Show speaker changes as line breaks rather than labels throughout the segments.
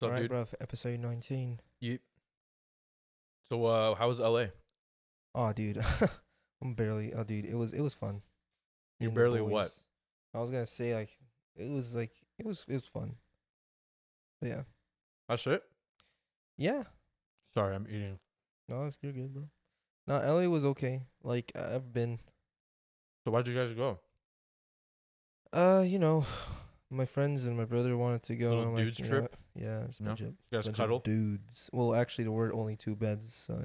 So,
All right,
dude.
bruv. Episode 19.
So, uh, how was LA?
Oh, dude. I'm barely. Oh, dude. It was it was fun.
You're
And the
barely what?
boys. I was gonna say like it was like it was it was fun. But yeah.
That's it.
Yeah.
Sorry, I'm eating.
No, that's you're good, bro. No, LA was okay. Like I- I've been.
So, why'd you guys go?
Uh, you know, my friends and my brother wanted to go.
Little
and I'm
dudes
like, you know
trip?
what? Yeah, it's a
No?
bunch of
You guys
bunch of
cuddle?
dudes. Well, actually, there were only two beds. So,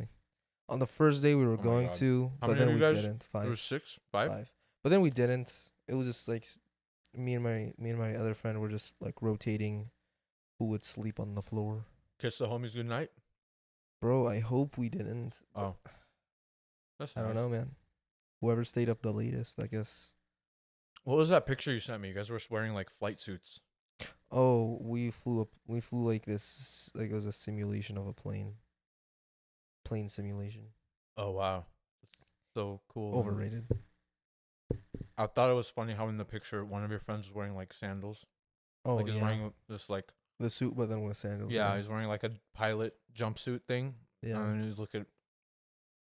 on the first day we were
Oh my
going
God.
to,
How
but
many of
then
you
we
guys?
didn't. Five.
It was six, five.
five. But then we didn't. It was just like s- me and my me and my other friend were just like rotating who would sleep on the floor.
Kiss the homies goodnight.
Bro, I hope we didn't. but
Oh. That's
I
nice.
don't know, man. Whoever stayed up the latest, I guess.
What was that picture you sent me? You guys were wearing like flight suits.
Oh, we flew up. We flew like this. Like it was a simulation of a plane. Plane simulation.
Oh wow, so cool.
Overrated.
I thought it was funny how in the picture one of your friends was wearing like sandals.
Oh
like he's
yeah,
wearing this like
the suit, but then with sandals.
yeah, he's wearing like a pilot jumpsuit thing.
yeah,
And you look at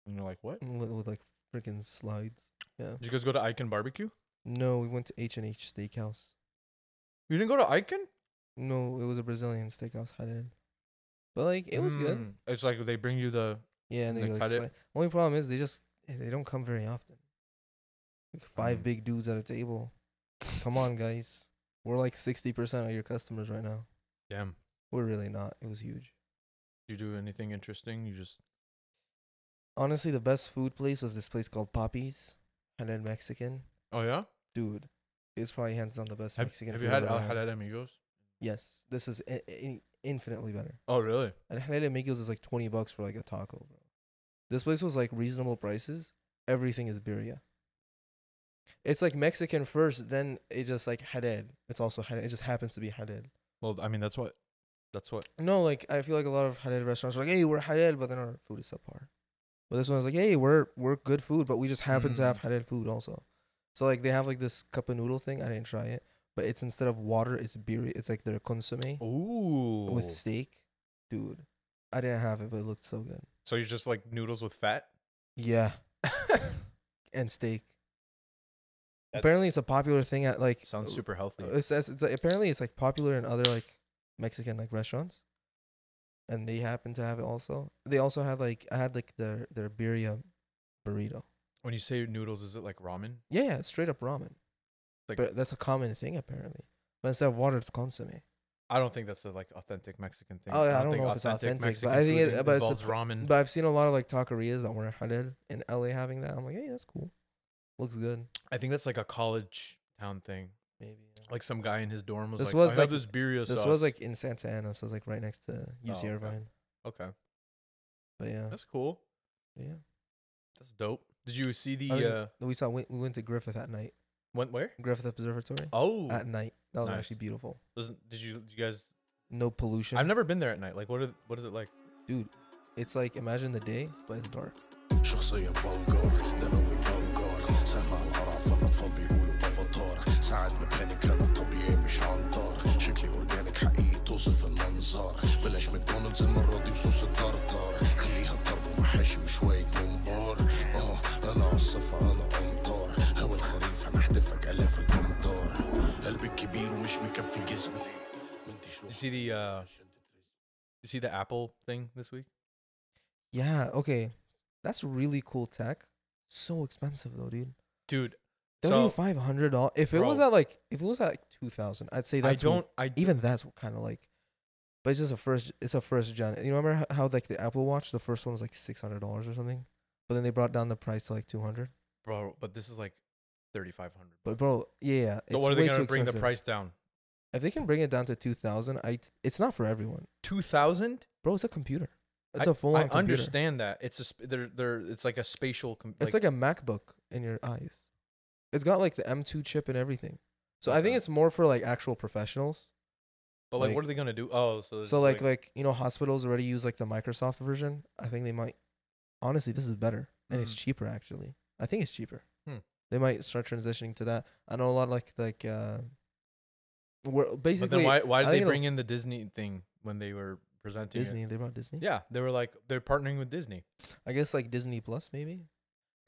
and you're like, what?
with, with like freaking slides. Yeah.
Did you guys go to Icon Barbecue?
No, we went to H and H Steakhouse.
You didn't go to Icon?
No, it was a Brazilian steakhouse hut in. But like it was good.
Mm, It's like they bring you the
Yeah, and
They
they, like,
cut it?
sli- only problem is they just eh, they don't come very often. Like five
Mm.
big dudes at a table. Come on, guys. We're like sixty percent of your customers right now.
damn.
We're really not. It was huge.
Did you do anything interesting? You just
Honestly, the best food place was this place called Poppy's, and then Mexican.
oh yeah.
Dude, it's probably hands down the best
Have,
Mexican.
have
food
you had
I've ever
Al Halal Amigos?
Yes, this is i- i- infinitely better.
Oh really?
And Halal Amigos is like 20 bucks for like a taco, bro. This place was like reasonable prices. Everything is birria. It's like Mexican first, then it just like Hadad. It's also Hadad. It just happens to be Hadad.
Well, I mean that's what that's what
No, like I feel like a lot of Hadad restaurants are like, hey, we're Hadad, but then our food is subpar. But this one is like, hey, we're we're good food, but we just happen to have
Mm.
Hadad food also. So like they have like this cup of noodle thing. I didn't try it, but it's instead of water, it's birria. It's like their consomme
Ooh.
with steak, dude. I didn't have it, but it looked so good.
so you just like noodles with fat?
Yeah. and steak. apparently, it's a popular thing at like. uh,
Sounds super healthy.
It says Oh, it's like, apparently it's like popular in other like Mexican like restaurants, and they happen to have it also. They also had like I had like their their birria burrito.
When you say noodles, is it like ramen?
Yeah, yeah, straight up ramen.
Like-
but that's a common thing apparently. But instead of water, it's consomme.
I don't think that's a like authentic Mexican thing.
Oh, yeah, I don't know if it's authentic, but I think
food
it-
in-
but it's a
involves ramen.
But I've seen a lot of like taquerias that were halal in LA having that. I'm like, hey, that's cool. Looks good.
I think that's like a college town thing.
Maybe. yeah.
Like some guy in his dorm was
This
like,
was
I have
like-
this birria
This
sauce."
was like in Santa Ana, so it's like right next to UC
okay.
Irvine.
okay,
uh, But yeah,
that's cool.
yeah.
That's dope. Did you see the
I didn't-
uh
We saw we, we went to Griffith at night,
went where?
Griffith Observatory
Oh,
at night. That was
Nice.
actually beautiful.
wasn't- did you did you guys?
No pollution.
I've never been there at night. Like, what are what is it like?
it's like imagine the day, but it's dark.
Yo soy el Folgor, de nuevo Folgor سمع القرف الأطفال بيقولوا أفاتار ساعات ببانيك أنا طبيعي مش عنتر شكلي أورجانيك حقيقي توصف المنظر بلاش ماكدونالدز المرة دي وصوص الطرطار خليها ضرب محاشي وشوية ممبار اه أنا عالصفا أنا أمطار هوا الخريف هنحدفك آلاف الأمطار قلبي كبير ومش مكفي جسمي وانت
You see the uh you see the Apple thing this week?
Yeah. Okay, that's really cool tech. So expensive though, dude.
Dude,
Thirty
so
five hundred dollars. If it was
Bro.
at like if it was at like two thousand, I'd say
I
that's e when-
don't I
even that's kind of like. But it's just a first. It's a first gen. You remember h- how like the Apple Watch, the first one was like six hundred dollars or something, but then they brought down the price to like two hundred.
bro, but this is like 3500.
But bro, yeah, yeah, it's
So what are they
way too
going to
expensive.
bring the price down?
If they can bring it down to two thousand, I t- it's not for everyone,
2000?
bro. It's a computer. It's
I-
a full
I
on computer.
understand that. It's a sp- they're, they're it's like a spatial com-
It's like, a MacBook in your eyes. It's got like the M2 chip and everything. So I think
Okay.
it's more for like actual professionals.
but like,
like-
what are they going to do? Oh, so it's
So
just
like, like you know hospitals already use like the Microsoft version. I think they might. Honestly, this is better and it's
Mhm.
cheaper actually. I think it's cheaper.
Hmm.
They might start transitioning to that. I know a lot of like like uh, We're
But
basically
then why why
I
did they
think it'll-
bring in the Disney thing when they were presenting it?
Disney. They brought Disney.
Yeah, they were like they're partnering with Disney.
I guess like Disney Plus maybe.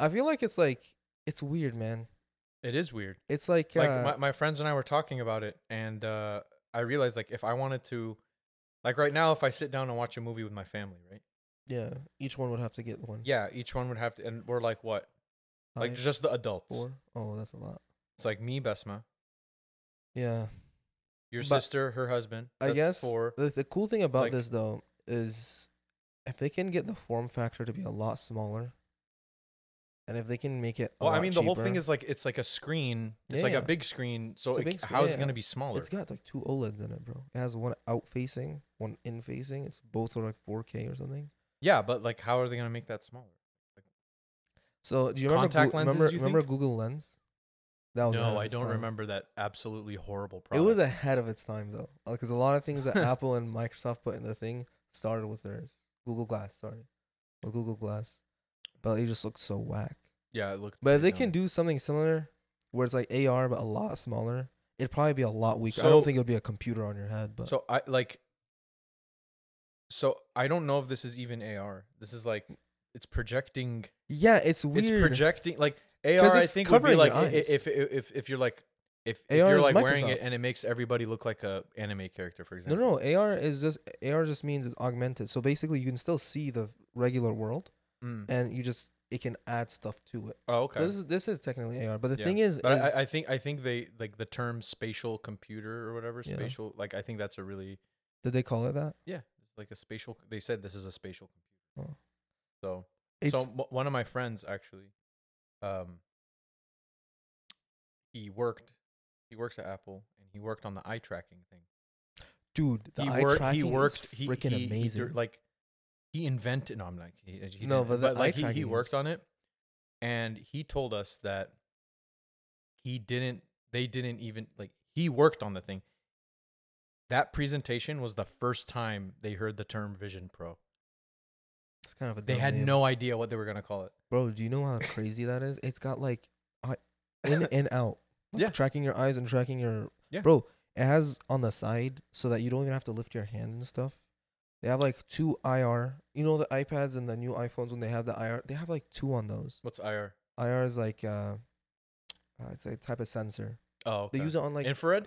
I feel like it's like it's weird, man.
It is weird.
It's like, uh,
Like my, my friends and I were talking about it, and uh, I realized like if I wanted to, like right now, if I sit down and watch a movie with my family, right?
yeah, each one would have to get one.
Yeah, each one would have to, and we're like what, like
Five,
just the adults.
four. Oh, that's a lot.
It's like me, Besma,
Yeah.
your
But-
sister, her husband.
I
that's
guess
four.
the, the cool thing about
like-
this though is if they can get the form factor to be a lot smaller, and if they can make it, a
Well, I
lot
mean, the whole thing
cheaper-
is like it's like a screen. It's like
Yeah.
a big screen. So
It's a
it,
big sc-
how is
yeah.
it going to be smaller?
it's got like two OLEDs in it, bro. It has one out facing, one in facing. It's both are like 4K or something.
yeah, but like how are they going to make that smaller?
So do you remember
Contact
Goo-
lenses,
remember,
you
remember
think?
Google Lens? That was ahead
No,
of
I
its
don't
time.
remember that absolutely horrible
It
product.
was ahead of its time though, because a lot of things that Apple and Microsoft put in their thing started with theirs. Google Glass, sorry, with Google Glass, but it just looked so whack.
yeah, it looked.
But if they
pretty
can
dumb.
do something similar, where it's like AR but a lot smaller, it'd probably be a lot weaker. I don't
So-
think it would be a computer on your head, but
So I like. So I don't know if this is even AR. This is like it's projecting.
yeah, it's weird.
It's projecting like
'Cause
AR. I
it's
think would be
covering
like
your
i- i-
eyes.
if if if, if you're like if, if
AR
you're
is
like wearing it
Microsoft.
and it makes everybody look like a anime character, for
no,
example.
no, AR is just AR just means it's augmented. So basically, you can still see the regular world,
Mm.
and you just it can add stuff to it.
Oh, okay.
This is this is technically AR, but the
Yeah.
thing is,
But I-
is-
I, I think I think they like the term spatial computer or whatever
Yeah.
spatial. Like I think that's a really
did they call it that?
yeah. It's like a spatial. They said this is a spatial computer.
Oh.
So
It's
so m- one of my friends actually, um, he worked, he works at Apple, and he worked on the eye tracking thing.
dude, the
he
eye
worked. He
tracking
worked.
is
he-
freaking
he- he dir-
amazing.
like he invented. No, I'm like he, he
No,
didn't,
but the eye
like he, he
tracking
worked
is-
on it, and he told us that he didn't. They didn't even like he worked on the thing. That presentation was the first time they heard the term Vision Pro.
it's kind of a
They
dumb
had
name.
no idea what they were gonna call it.
Bro, do you know how crazy that is? It's got like eye- in and out. Like,
Yeah.
Tracking your eyes and tracking your
Yeah.
Bro, it has on the side so that you don't even have to lift your hand and stuff. They have like two IR. You know the iPads and the new iPhones when they have the IR, they have like two on those.
What's IR?
IR is like uh, uh it's a type of sensor.
Oh,
They
okay.
use it on like
infrared.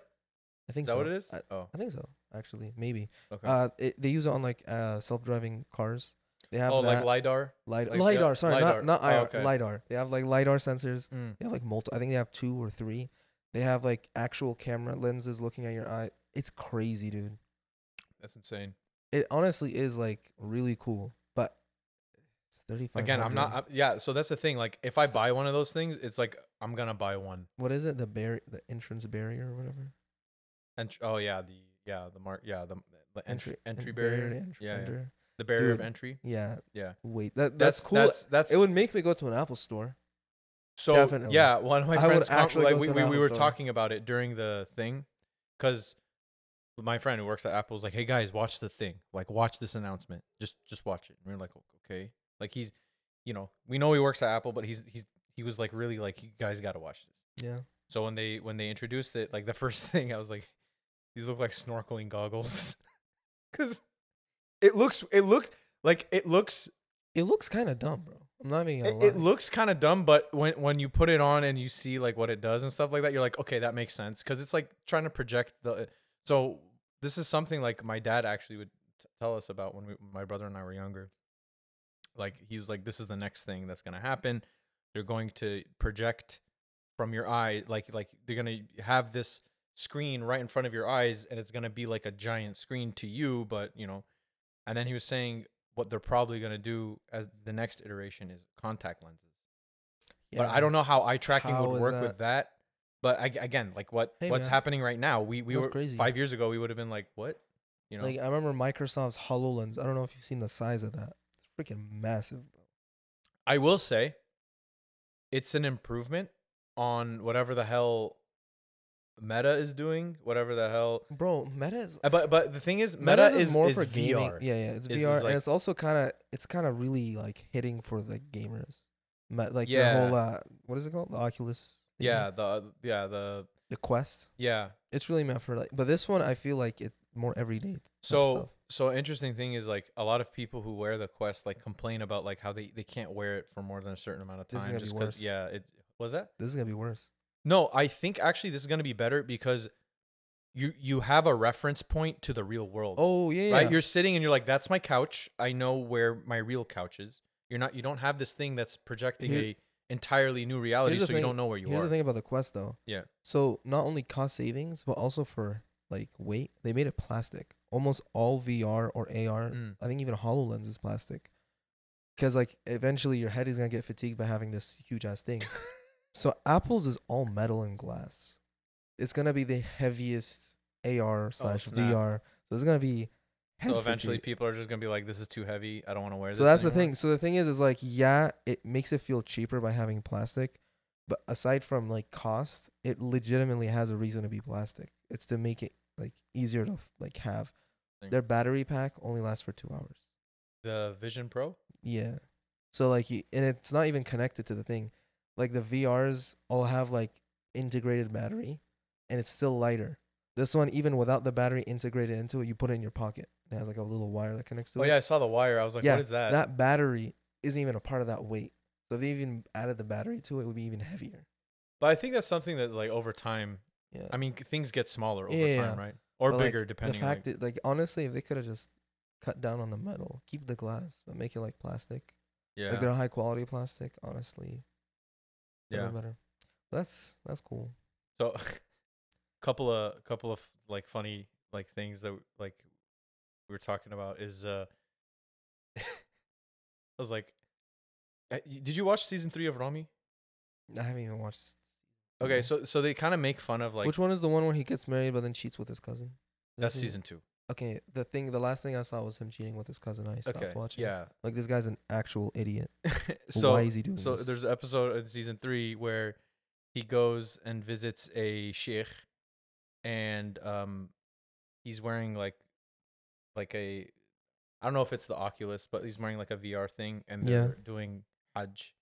I
Is
think
that
so.
what it is?
I,
oh,
I think so, actually. Maybe.
okay.
Uh it, they use it on like uh self-driving cars. They have
oh,
that
like lidar.
lidar.
like, yeah,
lidar, sorry,
lidar.
not not
Oh,
IR,
okay.
lidar. They have like lidar sensors.
Hmm.
They have like multi. I think they have two or three. They have like actual camera lenses looking at your eye. It's crazy, dude.
That's insane.
It honestly is like really cool. But it's thirty five.
Again, I'm not. I'm, yeah, so that's the thing. Like, if I
It's the-
buy one of those things, it's like I'm gonna buy one.
What is it? The barrier, the entrance barrier, or whatever.
And oh yeah, the yeah the mark yeah the the entry entry
en-
barrier.
to entr-
yeah, yeah.
enter.
the barrier of
Dude,
entry.
yeah.
Yeah,
Wait, that that's,
that's
cool.
That's, that's
it would make me go to an Apple store.
so
definitely.
yeah. One of my
I would
friends com-
actually
like
go
we
to an
we, we
Apple
were
store.
talking about it during the thing, because my friend who works at Apple was like, "Hey guys, watch the thing. Like, watch this announcement. Just just watch it." And we were like, "Okay." Like he's, you know, we know he works at Apple, but he's he's he was like really like, "You guys got to watch this."
Yeah.
So when they when they introduced it, like the first thing I was like, these look like snorkeling goggles, because it looks it looked like it looks
It looks kind of dumb, bro. I'm not even
it,
gonna
it
lie.
looks kind of dumb, but when when you put it on and you see like what it does and stuff like that, you're like, okay, that makes sense because it's like trying to project the. uh, So this is something like my dad actually would t- tell us about when we, my brother and I were younger. Like he was like, this is the next thing that's gonna happen. They're going to project from your eye, like like they're gonna have this screen right in front of your eyes, and it's gonna be like a giant screen to you, but you know. And then he was saying what they're probably gonna do as the next iteration is contact lenses. But I don't know how eye tracking
How
would
is
work with that. But I, again, like what
Hey,
what's
man.
happening right now? We we
That's
were
crazy.
five years ago. We would have been like, what? You know,
Like uh I remember Microsoft's Hololens. I don't know if you've seen the size of that. It's freaking massive.
I will say, it's an improvement on whatever the hell Meta is doing. Whatever the hell.
Bro, Meta is
Uh, But but the thing is, Meta
Meta's
is, more for
gaming.
VR.
Yeah, yeah, it's
Is- is
VR,
like-
and it's also kind of it's kind of really like hitting for the gamers. Me- like their
Yeah.
whole uh, what is it called? The Oculus. thing?
Yeah, the yeah the
the quest.
Yeah.
It's really meant for like, but this one I feel like it's more everyday. type
So
stuff.
so interesting thing is like a lot of people who wear the Quest like complain about like how they they can't wear it for more than a certain amount of
This is
time
gonna be
just 'cause-
worse.
yeah it was that
this is gonna be worse.
no I think actually this is gonna be better because you you have a reference point to the real world
Oh yeah,
right
yeah.
you're sitting and you're like that's my couch I know where my real couch is you're not you don't have this thing that's projecting
Here-
a entirely new reality
here's the
so you
thing-
don't know where you
Here's
are
the thing about the quest though.
Yeah.
So not only cost savings, but also for like weight, they made it plastic. Almost all VR or AR,
Mm.
I think even Hololens is plastic, because like eventually your head is gonna get fatigued by having this huge ass thing. so Apple's is all metal and glass. It's gonna be the heaviest AR slash
Oh, snap.
VR. So it's gonna be. Head
so eventually
fatigue.
people are just gonna be like this is too heavy I don't want to wear this
So that's the
anymore."
thing. So the thing is, is like, yeah, it makes it feel cheaper by having plastic, but aside from like cost, it legitimately has a reason to be plastic. It's to make it like easier to like have.
Thing.
Their battery pack only lasts for two hours.
the Vision Pro
Yeah. So like, you, and it's not even connected to the thing. Like the VRs all have like integrated battery, and it's still lighter. This one, even without the battery integrated into it, you put it in your pocket. It has like a little wire that connects to
oh
it
yeah I saw the wire I was like what is that
battery isn't even a part of that weight. So if they even added the battery to it, it would be even heavier.
But I think that's something that like over time.
Yeah.
I mean, c- things get smaller over
Yeah,
time, right? Or
But, like,
bigger, depending.
The
on
fact
like,
that, like, honestly, if they could have just cut down on the metal, keep the glass, but make it like plastic,
yeah,
like a high quality plastic, honestly, yeah,
yeah.
better. That's that's cool.
So, couple of couple of like funny like things that like we were talking about is uh, I was like, uh, y- did you watch season three of Rami?
I haven't even watched. s-
Okay,
No.
so so they kind of make fun of like
Mm-hmm. Which one is the one where he gets married but then cheats with his cousin? Is that
that's season two.
Okay, the thing, the last thing I saw was him cheating with his cousin. I stopped
Okay,
watching.
yeah.
like this guy's an actual idiot.
so
Why is he doing
so
this?
there's an episode in season three where he goes and visits a sheikh and um he's wearing like like a I don't know if it's the Oculus, but he's wearing like a VR thing and
Yeah.
they're doing Hajj.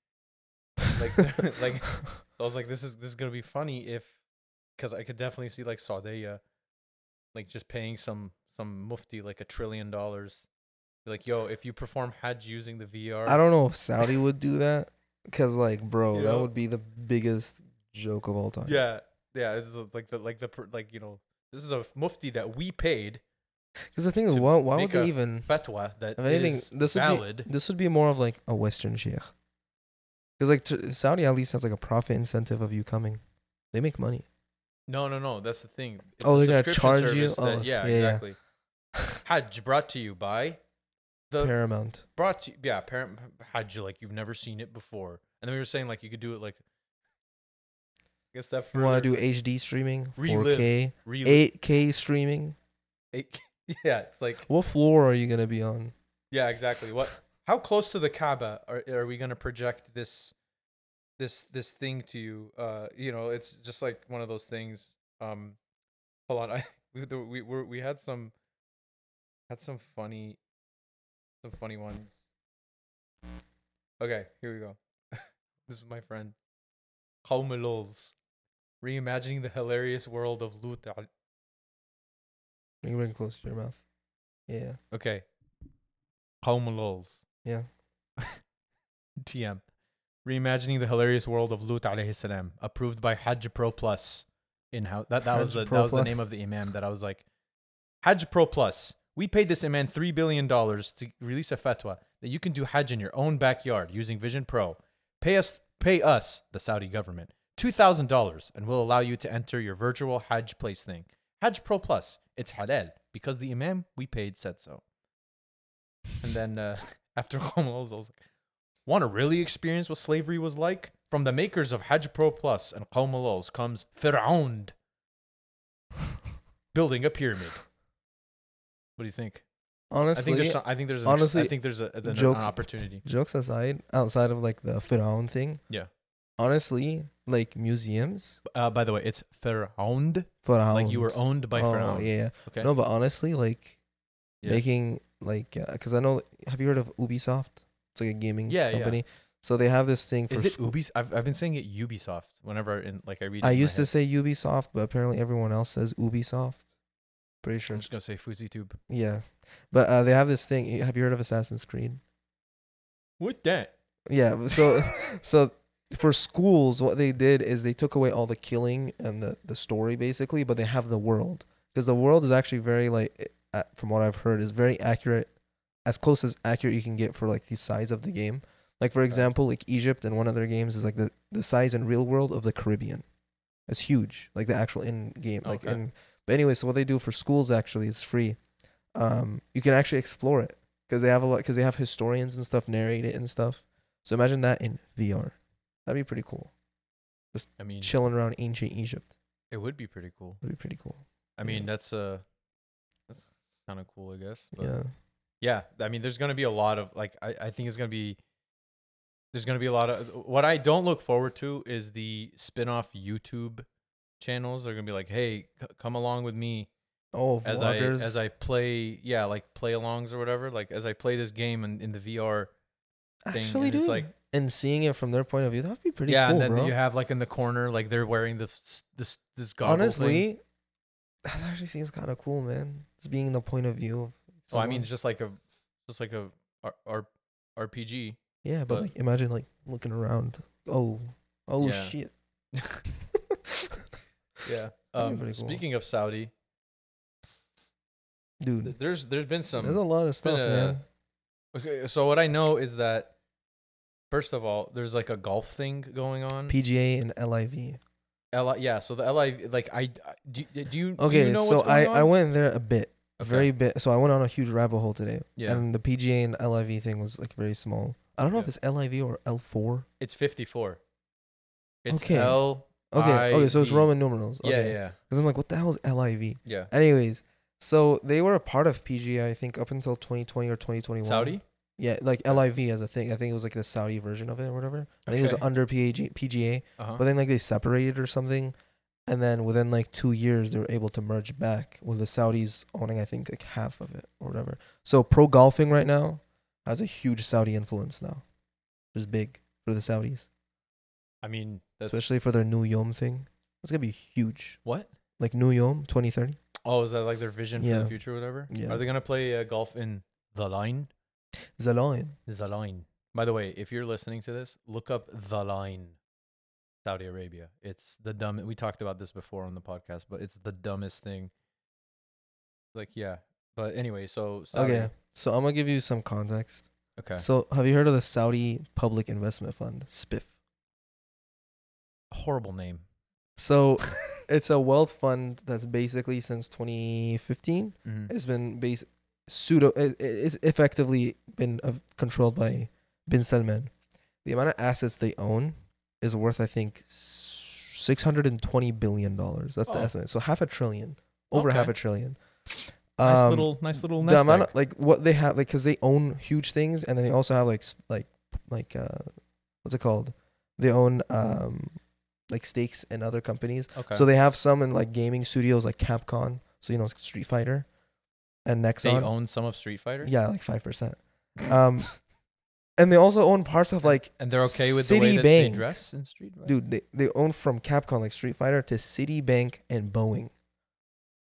like- like- I was like, this is this is gonna be funny if because I could definitely see like Saudia like just paying some some mufti like a trillion dollars. Be Like, yo, if you perform Hajj using the VR
I don't know if Saudi would do that because, like, bro,
You
that
know?
would be the biggest joke of all time.
Yeah, yeah. It's like the like the per- like you know this is a mufti that we paid
Because the thing is,
To
why, why would
make
they
a
even?
fatwa that
If anything,
is
this would
valid.
be this would be more of like a Western sheikh. Because like t- Saudi at least has like a profit incentive of you coming. They make money.
no, no, no. That's the thing. It's
Oh,
a
they're gonna
subscription
charge you?
service that-
Oh,
yeah,
yeah, yeah.
exactly. Hajj brought to you by the
Paramount.
brought to yeah parent Hajj like you've never seen it before. And then we were saying like you could do it like. I guess that
You want to do HD streaming,
Relive.
4K,
real
8K streaming.
eight- yeah, it's like
What floor are you gonna be on?
yeah, exactly. What? How close to the Kaaba are are we gonna project this this this thing to you? Uh, you know, it's just like one of those things. Um, hold on, I we the- we were, we had some had some funny some funny ones. Okay, here we go. this is my friend Kaumalulz. Reimagining the hilarious world of Lut. al-
You can bring it close to your mouth. Yeah,
Okay. Kaumalulz.
yeah.
TM. Reimagining the hilarious world of Lut alayhi salam, approved by Hajj Pro Plus in house. That, that was
Hajj
the
Pro
that was the
Plus?
name of the imam that I was like, Hajj Pro Plus. We paid this imam three billion dollars to release a fatwa that you can do Hajj in your own backyard using Vision Pro. Pay us, pay us, the Saudi government, two thousand dollars, and we'll allow you to enter your virtual Hajj place thing. Hajj Pro Plus. It's halal because the imam we paid said so. And then uh, after Khomeini, I was like, want to really experience what slavery was like? From the makers of Hajj Pro Plus and Khomeini comes Fir'aun building a pyramid. What do you think?
Honestly,
I think there's some, I think there's an, ex- I
honestly,
think there's a, an- an
jokes-
opportunity.
jokes aside, outside of like the Firaun thing,
Yeah.
honestly, like museums,
Uh, by the way, it's Fir'aun,
Firaun.
like you were owned by
oh,
Fir'aun.
Yeah,
Okay.
No, but honestly, like uh,
Yeah.
making like because I know. Have you heard of Ubisoft? It's like a gaming
Yeah, yeah.
company. So they have this thing for.
Is it
school-
Ubisoft? I've, I've been saying it Ubisoft whenever in like I read. it
I
in my
used to
head.
say Ubisoft, but apparently everyone else says Ubisoft. Pretty sure.
I'm
it's-
just gonna say FoozyTube.
Yeah, but uh, they have this thing. Have you heard of Assassin's Creed?
What that?
Yeah. but So so for schools, what they did is they took away all the killing and the the story basically, but they have the world because the world is actually very like, uh, from what I've heard, is very accurate, as close as accurate you can get for like the size of the game. Like for example, like Egypt and one of their games is like the the size in real world of the Caribbean. It's huge, like the actual in game, like
Okay.
in. But anyway, so what they do for schools actually is free. Um, you can actually explore it because they have a lot because they have historians and stuff narrate it and stuff. So imagine that in VR. That'd be pretty cool.
I mean,
Chilling around ancient Egypt.
it would be pretty cool.
That'd be pretty cool.
I mean,
Yeah.
that's uh that's kind of cool, I guess. But
Yeah.
yeah i mean there's going to be a lot of like I, I think it's going to be there's going to be a lot of what i don't look forward to is the spin-off youtube channels they're going to be like hey c- come along with me
Oh,
as i
vloggers.
as i play yeah like play alongs or whatever like as i play this game in, in the vr thing,
actually
and
do.
it's like-
and seeing it from their point of view, that'd be pretty
yeah
cool,
and then
bro.
you have like in the corner like they're wearing this this this goggle thing.
Honestly, that actually seems kind of cool, man. It's being the point of view of.
so i mean
someone.
it's just like a just like a R- R- rpg
yeah, but,
but-
like imagine like looking around. Oh, oh
Yeah.
shit.
yeah
be
um,
pretty cool.
speaking of saudi
dude.
th- there's there's been some
there's a lot of
been
stuff,
a-
man.
Okay, so what I know is that first of all, there's like a golf thing going on.
PGA and LIV.
Li- yeah, so the LI like I I- do, do you do
Okay,
you know
so
what's
I
going
I
on?
went there a bit,
Okay,
very bit. So I went on a huge rabbit hole today.
yeah.
And the PGA and LIV thing was like very small. I don't know if
Yeah.
it's LIV or L4.
it's 54. It's
Okay.
L
Okay, okay, so it's
IV.
Roman numerals.
Yeah,
Okay.
yeah.
Because I'm like, what the hell is LIV?
Yeah.
Anyways, so they were a part of PGA, I think, up until 2020 or 2021.
Saudi?
Yeah, like LIV as a thing. I think it was like the Saudi version of it or whatever. I think it was
Okay.
under PAG, PGA,
Uh-huh.
but then like they separated or something. And then within like two years, they were able to merge back with the Saudis owning, I think, like half of it or whatever. So pro golfing right now has a huge Saudi influence now. It's big for the Saudis,
I mean, that's
especially for their new Yom thing. It's going to be huge.
what?
Like new Yom 2030.
Oh, is that like their vision for
Yeah.
the future or whatever?
Yeah.
Are they going to play uh, golf in the line?
Zalayan.
The line. By the way, if you're listening to this, look up the line, Saudi Arabia. It's the dumb. We talked about this before on the podcast, but it's the dumbest thing. Like, yeah. But anyway, so Saudi,
Okay. So I'm going to give you some context.
okay.
So, have you heard of the Saudi Public Investment Fund, SPIF?
Horrible name.
So, it's a wealth fund that's basically since 2015
Mhm.
it's been base pseudo it, it- it's effectively been uh, controlled by bin Salman. The amount of assets they own is worth I think s- 620 billion dollars. That's the
Oh.
estimate. So, half a trillion, over half
Okay.
a trillion.
Nice
Um,
little, nice little.
the
nest
amount
egg.
of, like what they have like because they own huge things and then they also have like s- like like uh what's it called they own um like stakes in other companies
okay.
so they have some in like gaming studios like capcom so you know street fighter and
they
nexon
own some of Street Fighter.
yeah like five percent um and they also own parts of like
and they're okay with the way that they
Citibank.
dress in Street Fighter.
dude they, they own from capcom like street fighter to citibank and boeing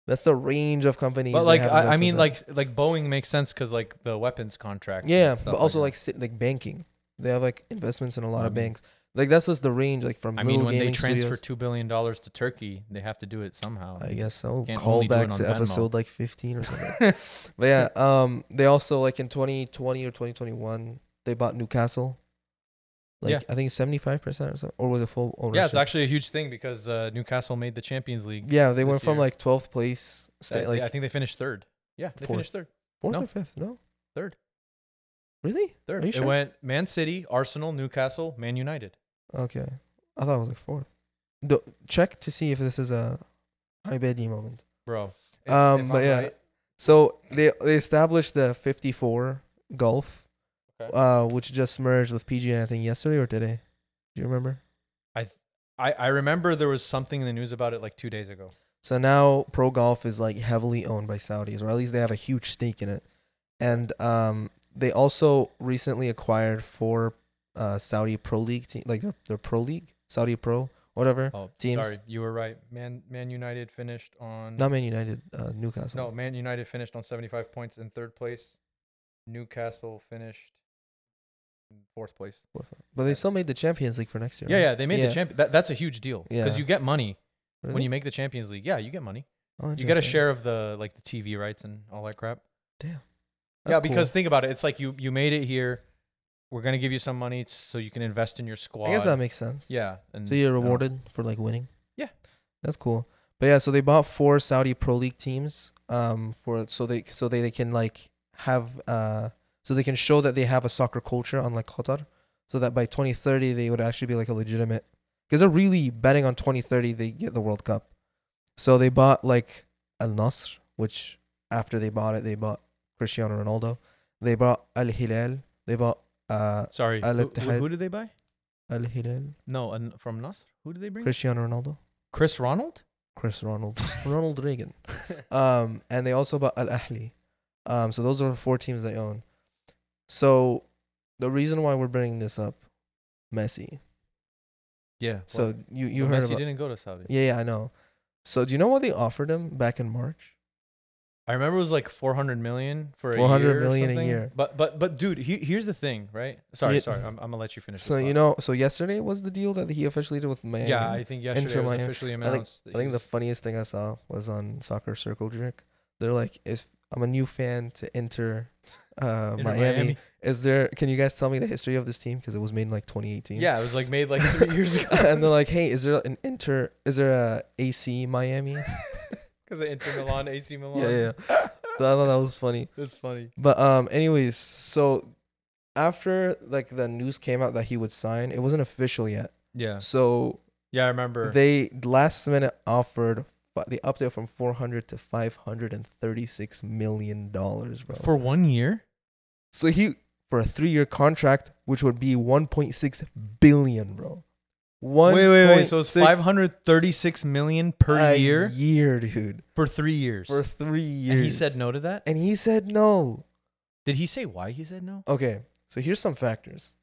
that's the range of companies
but
they
like,
have
I, I
investments
mean,
in.
like, like Boeing makes sense because like the weapons contract. and
Yeah,
stuff
but also
that.
like sit, like banking. They have like investments in a lot
I
of
mean-
banks. Like that's just the range, like from
I
little
mean, when they
gaming
transfer
studios.
two billion dollars to Turkey, they have to do it somehow.
I guess so.
Can't
Call
only do it
back
on
to
Venmo.
episode like fifteen or something. but yeah, um, they also like in twenty twenty or twenty twenty one, they bought Newcastle. Like
Yeah.
I think seventy five percent or something, or was it full ownership?
Yeah, it's actually a huge thing because uh, Newcastle made the Champions League.
Yeah, they went
this
from
year.
like twelfth
Uh,
place, sta-
they-
like
I think they finished third. Yeah, they
Fourth.
finished third.
fourth
no.
or fifth. No,
Third.
really?
Third.
you
it
sure?
went Man City, Arsenal, Newcastle, Man United.
Okay, I thought it was like fourth. Do- check to see if this is a high bedi moment.
Bro.
Um, but
I'm
yeah.
right-
So they they established the 54 golf,
Okay.
uh, which just merged with PGA. I think yesterday or today. Do you remember?
I, I remember there was something in the news about it like two days ago.
So now pro golf is like heavily owned by Saudis, or at least they have a huge stake in it. And um, they also recently acquired four uh, Saudi Pro League team, like their, their Pro League, Saudi Pro, whatever.
Oh,
Teams.
sorry, you were right. Man, Man United finished on
Not Man United, uh, Newcastle.
no. Man United finished on seventy-five points in third place. Newcastle finished in fourth place.
But they still made the Champions League for next year.
Yeah,
right?
yeah, they made
Yeah.
the champion. That, that's a huge deal because
Yeah.
you get money when
Really?
you make the Champions League. Yeah, you get money.
Oh,
You get a
interesting.
share of the like the TV rights and all that crap.
That's
yeah,
cool.
because think about it. It's like you you made it here. We're gonna give you some money so you can invest in your squad.
I guess that makes sense.
yeah. And
So you're
you know,
rewarded for like winning.
Mm-hmm. Oh. Yeah.
That's cool. But yeah, so they bought four Saudi Pro League teams um for so they so they, they can like have uh so they can show that they have a soccer culture unlike Qatar so that by 2030 they would actually be like a legitimate cuz they're really betting on 2030 they get the World Cup. So they bought like Al Nasr which after they bought it they bought Cristiano Ronaldo. They bought Al Hilal, they bought uh
sorry.
Al
Who, who,
Ittihad.
who did they buy?
Al Hilal,
No, and from Nasr. Who did they bring? Chris,
Cristiano Ronaldo,
Ronald.
Chris Ronald, Ronald Reagan. Um, and they also bought Al Ahli. Um, so those are the four teams they own. So the reason why we're bringing this up, Messi.
yeah.
So
well,
you you
but
heard
Messi
about?
didn't go to Saudi.
Yeah, yeah, I know. So do you know what they offered him back in March?
I remember it was like 400 million for
400
a year or
million a
something.
year.
But but but dude, he, here's the thing, right? Sorry,
Yeah.
sorry. I'm, I'm gonna let you finish.
So
this
you
thought.
know, so yesterday was the deal that he officially did with Miami.
Yeah, I think yesterday
Inter
it was
Miami.
officially
think-
announced.
I think the funniest thing I saw was on Soccer Circle Jerk. They're like, "If I'm a new fan to Inter, uh, Miami, is there? Can you guys tell me the history of this team? Because it was made in like 2018."
Yeah, it was like made like three years ago.
and they're like, "Hey, is there an Inter? Is there a AC Miami?" yeah,
because of Inter Milan, AC Milan.
yeah. So I thought that was funny.
That's funny.
But um, anyways, so after like the news came out that he would sign, it wasn't official yet.
Yeah,
So
yeah. I remember.
they last minute offered fi- they upped it from 400 to 536 million dollars, bro.
for one year.
so he for a 3-year contract which would be 1.6 billion, bro. One
wait, wait, wait. So it's 536 million per year
year, dude.
for three years.
For 3 years.
and he said no to that.
And he said no.
Did he say why he said no?
Okay, so here's some factors.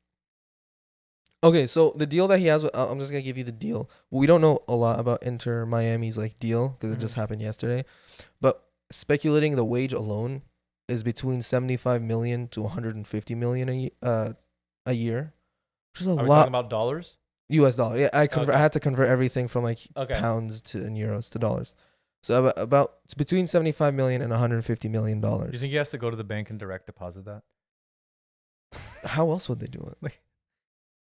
Okay, so the deal that he has, with, uh, I'm just gonna give you the deal. We don't know a lot about Inter Miami's like deal because it just
Mhm.
happened yesterday, but speculating the wage alone is between 75 million to 150 million a ye- uh, a year, which is a
Are we
lot
talking about dollars?
U.S. dollar. Yeah, I convert. I
Okay.
had to convert everything from like
Okay.
pounds to and euros to dollars. So about, about it's between 75 million and 150 million
Do you
dollars.
think he has to go to the bank and direct deposit that?
How else would they do it?
Like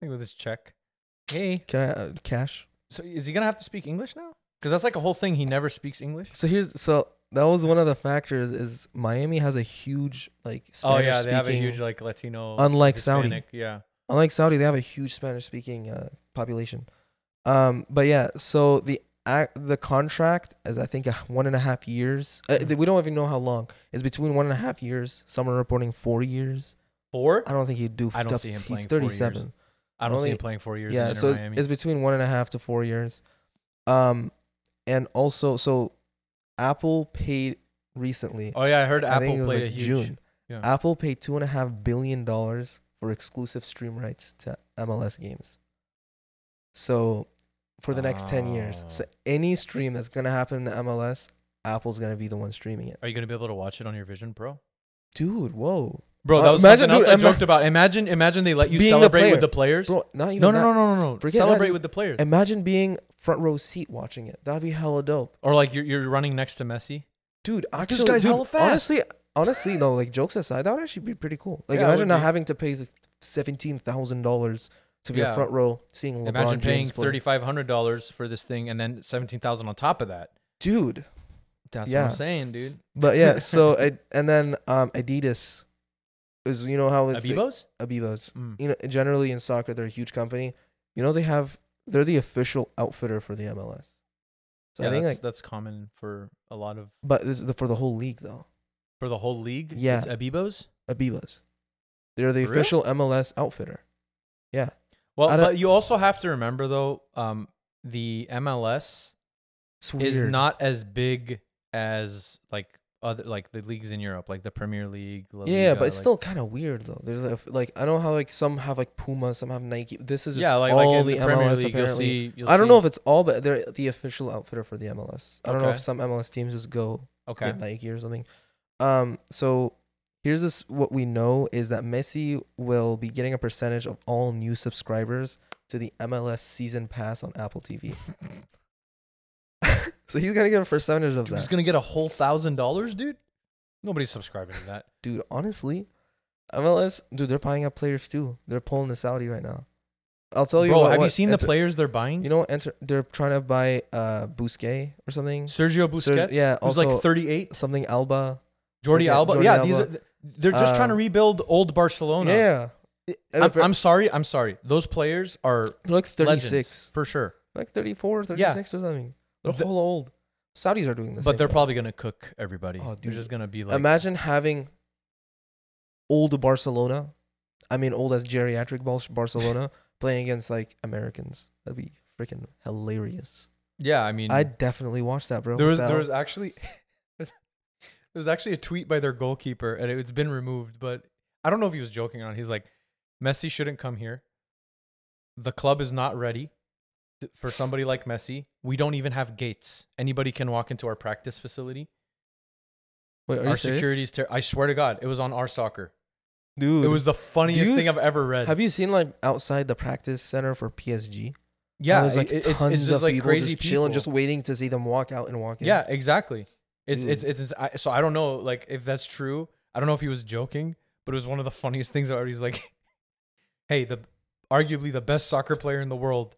with his check. Hey.
Can I uh, cash?
So is he gonna have to speak English now? Because that's like a whole thing. He never speaks English.
So here's so that was one of the factors is Miami has a huge like Spanish
oh yeah,
speaking.
they have a huge like Latino.
unlike Saudi.
Hispanic, Yeah.
unlike Saudi, they have a huge Spanish speaking uh, population. Um, but yeah, so the ac- the contract is I think uh, one and a half years. Uh,
Mhm.
we don't even know how long. It's between one and a half years. Some are reporting four years.
Four.
I don't think he'd do.
I don't
stuff-
see him
he's
playing four years.
thirty-seven.
I don't see
only-
him playing four years.
yeah,
in
so it's,
Miami.
it's between one and a half to four years. Um, and also, so Apple paid recently.
oh yeah, I heard
I think
Apple
it was,
played
like,
a huge.
June.
yeah.
Apple paid two and a half billion dollars for exclusive stream rights to MLS games. So, for the next ten years, so
Oh.
any stream that's gonna happen in the MLS, Apple's gonna be the one streaming it.
Are you gonna be able to watch it on your Vision Pro?
Dude, whoa,
Bro,
Uh,
that was
imagine,
something else
dude,
I
ima-
joked about. Imagine, imagine they let you
Being the
celebrate
player.
with the players.
bro, not even
no, no,
that.
no, no, no, no.
Forget that,
Celebrate
dude.
with the players,
Imagine being front row seat watching it. That'd be hella dope,
or like you're you're running next to Messi.
dude. Actually,
This guy's
dude,
hella fast.
Honestly, honestly, no. Like jokes aside, that would actually be pretty cool. Like
Yeah, it
imagine
would
not
be.
having to pay the seventeen thousand dollars to be
Yeah.
a front row seeing LeBron
imagine paying
James play.
thirty five hundred dollars for this thing and then seventeen thousand on top of that.
dude.
That's what
Yeah.
I'm saying, dude.
But yeah, so I, and then um, Adidas is you know how it's the-
Abibos?
Abibos.
Mm.
You know, generally in soccer, they're a huge company. You know, they have they're the official outfitter for the MLS. So
yeah,
I think
that's,
like,
that's common for a lot of
but this is the, for the whole league though,
for the whole league.
Yeah.
it's Abibos.
Abibas, they're the
For real?
official MLS outfitter.
Well,
I don't-
but you also have to remember though, um, the MLS
It's
is
weird.
not as big as like other like the leagues in Europe, like the Premier League. La
yeah,
Liga,
but it's
like-
still kind of weird though. There's like, f- like I know how like some have like Puma, some have Nike. This is just
yeah, like
all
like in
the
the Premier
MLS
League, you'll
apparently.
see. You'll
I don't know if
see-
it's all, but they're the official outfitter for the MLS. I don't know
Okay.
if some MLS teams just go
okay.
get Nike or something. Um, so here's this: what we know is that Messi will be getting a percentage of all new subscribers to the MLS season pass on Apple TV. so he's gonna get a percentage of
Dude, he's
that,
gonna get a whole thousand dollars, dude. Nobody's subscribing to that.
dude. Honestly, MLS, dude, they're buying up players too. They're pulling this Saudi right now. I'll tell you.
Bro,
what,
have you
what
seen
enter-
the players they're buying?
You know, what enter. They're trying to buy uh Busquets or something,
Sergio Busquets,
yeah,
who's
also-
like 38.
something Alba.
Jordi
Jordi-
Alba,
Jordi
yeah, these are,
Alba.
they're just trying to
Um,
rebuild old Barcelona.
Yeah,
I'm, Oh, I'm sorry, I'm sorry. Those players are
They're like 36,
legends for sure,
like 34,
Yeah.
36 or something. They're
The-
whole old. Saudis are doing this.
but they're probably gonna cook everybody.
Oh,
they're
dude.
just gonna be like,
Imagine having old Barcelona, I mean, old as geriatric Bar- Barcelona, playing against like Americans. That'd be freaking hilarious.
yeah, I mean,
I definitely watch that, bro.
there was there
Without-
was actually there was actually a tweet by their goalkeeper, and it, it's been removed, but I don't know if he was joking or not. He's like, Messi shouldn't come here. The club is not ready t- for somebody like Messi. We don't even have gates. Anybody can walk into our practice facility.
Wait, are
our
you serious?
security's ter- I swear to God, it was on our soccer.
dude.
It was the funniest
you
thing
s-
I've ever read.
Have you seen like outside the practice center for PSG?
yeah,
there's like
it- it's, it's
tons
just
of
like
people
crazy
just chilling,
people.
just waiting to see them walk out and walk in.
Yeah, Mm. exactly. It's, it's
Dude.
it's it's I- so I don't know like if that's true. I don't know if he was joking, but it was one of the funniest things. I He's like, "Hey, the arguably the best soccer player in the world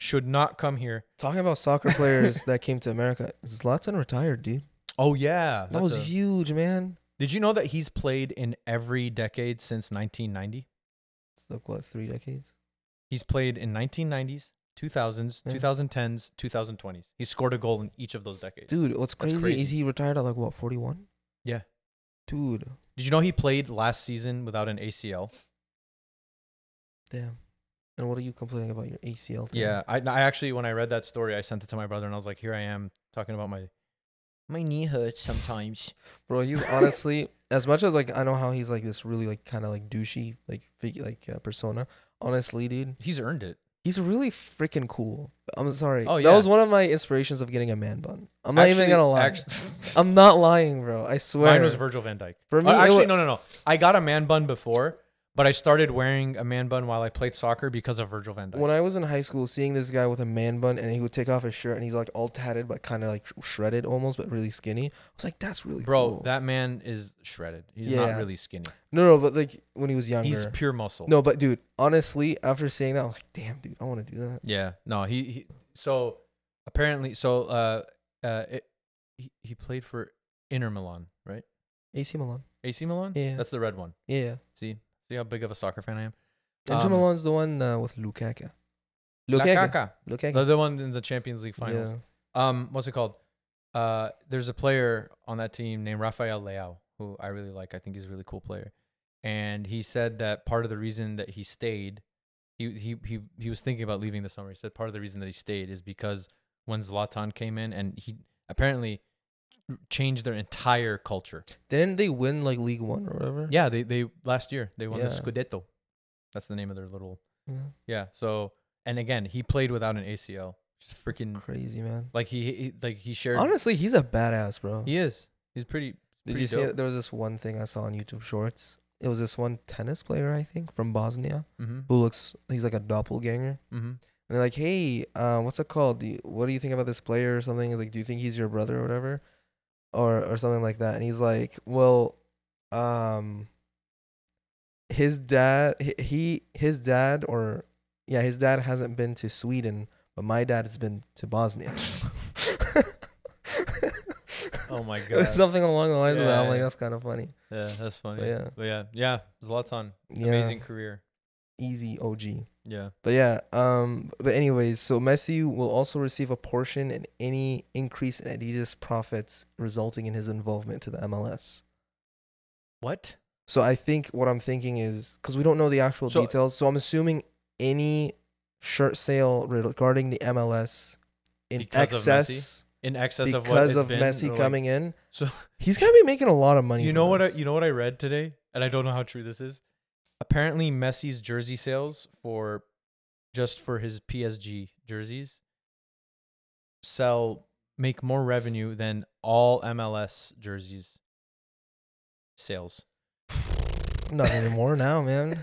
should not come here."
Talking about soccer players that came to America, Zlatan retired, dude.
Oh yeah,
That
that's
was
a-
huge, man.
Did you know that he's played in every decade since 1990?
It's like what three decades?
He's played in 1990s, 2000s,
Yeah.
2010s, 2020s. He scored a goal in each of those decades.
Dude, what's
That's
crazy, is
crazy.
he retired at like what, 41?
Yeah.
Dude,
Did you know he played last season without an ACL?
damn. And what are you complaining about your ACL? tear?
Yeah, I, I actually when I read that story, I sent it to my brother and I was like, "Here I am talking about my my knee hurts sometimes."
Bro, he's honestly as much as like I know how he's like this really like kind of like douchey like fig- like uh, persona. Honestly, dude,
He's earned it.
he's really freaking cool. I'm sorry.
Oh,
That
yeah.
was one of my inspirations of getting a man bun. I'm not even
Actually-
going to lie.
act-
I'm not lying, bro. I swear.
mine was Virgil Van Dyke.
For
Uh,
me, it
actually, no,
wa-
no, no. I got a man bun before, but I started wearing a man bun while I played soccer because of Virgil Van Dyke.
when I was in high school, seeing this guy with a man bun and he would take off his shirt and he's like all tatted but kind of like sh- shredded almost, but really skinny. I was like, that's really
Bro,
cool.
that man is shredded. He's
Yeah.
not really skinny.
no, no, but like when he was younger.
He's pure muscle.
no, but dude, honestly, after seeing that, I'm like, damn, dude, I want to do that.
Yeah. No, he, he so apparently so uh uh it, he, he played for Inter Milan, right?
AC Milan.
AC Milan?
Yeah.
That's the red one.
Yeah.
See, see how big of a soccer fan I am.
Inter
Um,
Milan's the one uh, with Lukaku.
Lukaku,
Lukaku.
the
Lukaku.
other one in the Champions League finals.
Yeah.
Um, what's it called? Uh, there's a player on that team named Rafael Leao, who I really like. I think he's a really cool player. And he said that part of the reason that he stayed, he he he he was thinking about leaving the summer. He said part of the reason that he stayed is because when Zlatan came in and he apparently changed their entire culture.
Didn't they win like League One or whatever?
Yeah, they they last year they won the
Yeah.
Scudetto. That's the name of their little
Yeah.
Yeah. So, and again, he played without an ACL. Just freaking
Crazy, man.
like he, he like he shared.
Honestly, he's a badass, bro.
he is. He's pretty.
Did
pretty
you see
dope.
it? There was this one thing I saw on YouTube Shorts. It was this one tennis player, I think, from Bosnia,
Mm-hmm.
who looks he's like a doppelganger. And
Mm-hmm.
they're like, "Hey, uh, what's it called? Do you, what do you think about this player or something?" He's like, "Do you think he's your brother or whatever, or or something like that?" And he's like, "Well, um, his dad, he- he, his dad, or yeah, his dad hasn't been to Sweden, but my dad has been to Bosnia."
Oh my god.
Something along the lines of that. I'm
Yeah,
like,
yeah.
that's kind of funny.
yeah, that's funny.
But
yeah.
yeah,
But yeah, yeah, Zlatan,
yeah,
amazing career.
easy OG.
Yeah.
But yeah, um, but anyways, so Messi will also receive a portion in any increase in Adidas profits resulting in his involvement to the MLS.
What?
So I think what I'm thinking is because we don't know the actual
So-
details, so I'm assuming any shirt sale regarding the MLS in
Because of Messi?
excess
in excess of what
because
it's
of
been,
Messi
or, like-
coming in.
So-
he's gonna be making a lot of money.
You
from
know what? I,
this.
you know what I read today, and I don't know how true this is. Apparently, Messi's jersey sales for just for his PSG jerseys sell make more revenue than all MLS jerseys sales.
Not anymore now, man.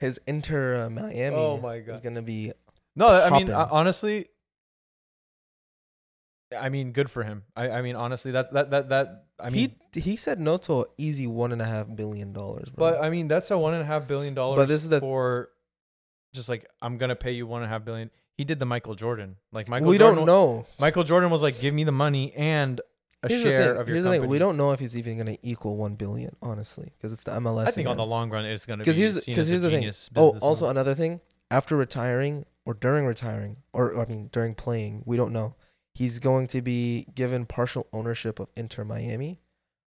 His Inter uh, Miami.
Oh my
Is
God.
gonna be
No, I mean
Hoppin'.
uh, honestly, I mean good for him. I, I mean honestly, that that that that I mean,
he he said no to an easy one and a half billion dollars, bro.
but uh, I mean that's a one and a half billion dollars.
this is the-
for just like I'm gonna pay you one and a half billion. He did the Michael Jordan. Like Michael,
we
Jordan,
don't
wa-
know.
Michael Jordan was like, give me the money and a
Here's the
share
thing-
of your
here's
company.
the thing. We don't know if he's even gonna equal one billion, honestly, because it's the MLS.
I think on
again.
the long run, it's gonna be
because here's because here's the thing. Oh, also another thing. After retiring or during retiring, or I mean during playing, we don't know. He's going to be given partial ownership of Inter Miami.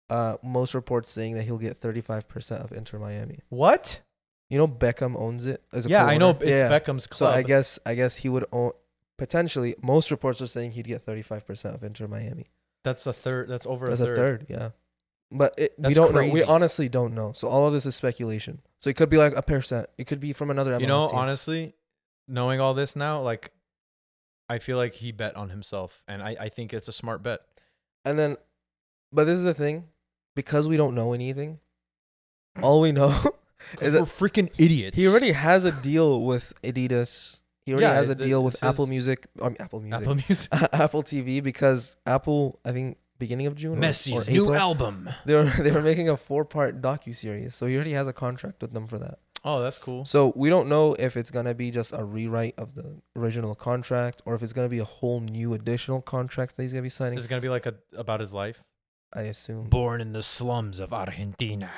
Uh, most reports saying that he'll get 35% of Inter Miami.
what?
You know, Beckham owns it as a
Yeah, I know
co-owner?
it's
Yeah.
Beckham's
So
club.
I guess I guess he would own potentially. Most reports are saying he'd get 35% of Inter Miami.
that's a third. That's over
That's
a third.
yeah. But it, we
That's
don't know. We
crazy.
honestly don't know. So all of this is speculation. So it could be like a percent. It could be from another MLS
You know,
team.
honestly, knowing all this now, like, I feel like he bet on himself, and I, I think it's a smart bet.
And then, but this is the thing, because we don't know anything. All we know is
We're
that
freaking idiots.
he already has a deal with Adidas. He already
Yeah,
has a
it-
deal with
it's
Apple
his-
Music. I mean, Apple Music.
Apple Music.
Apple TV because Apple, I think, beginning of June or- or,
Messi's
April,
new album.
they were they were making a four part docu series. So he already has a contract with them for that.
Oh, that's cool.
So we don't know if it's gonna be just a rewrite of the original contract or if it's gonna be a whole new additional contract that he's gonna be signing.
It's gonna be like a about his life.
I assume
Born in the slums of Argentina.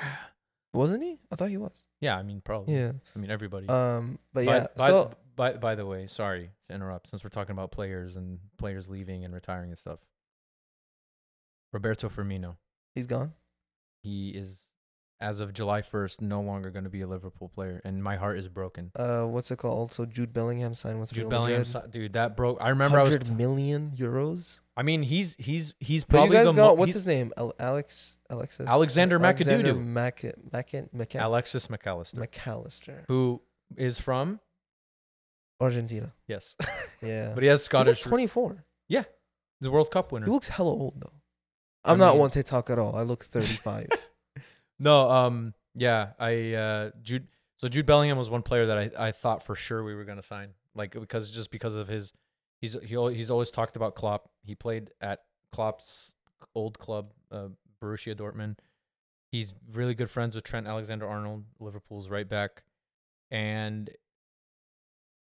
wasn't he? I thought he was.
Yeah, I mean probably.
Yeah.
I mean everybody.
Um. But
By-
yeah.
By,
so
by, by the way, sorry to interrupt. Since we're talking about players and players leaving and retiring and stuff, Roberto Firmino,
he's gone.
he is as of July first no longer going to be a Liverpool player, and my heart is broken.
Uh. What's it called? Also, Jude Bellingham signed with
Jude
Real
Bellingham,
Madrid.
si- dude, that broke. I remember I was.
100 million euros.
I mean, he's he's he's
But
probably
you guys
the
got
mo-
what's
he's-
his name? Al- Alex Alexis
Alexander
Alexander
Macadoodoo.
Maca Maca Maca
Alexis McAllister,
McAllister.
who is from
Argentina.
yes,
Yeah.
but he has
he's like
Scottish.
24.
the World Cup winner.
He looks hella old though.
I
I'm not
mean-
one to talk at all. I look 35.
No, um, yeah, I uh, Jude. So Jude Bellingham was one player that I, I thought for sure we were gonna sign, like because just because of his, he's he al- he's always talked about Klopp. He played at Klopp's old club, uh, Borussia Dortmund. He's really good friends with Trent Alexander Arnold, Liverpool's right back, and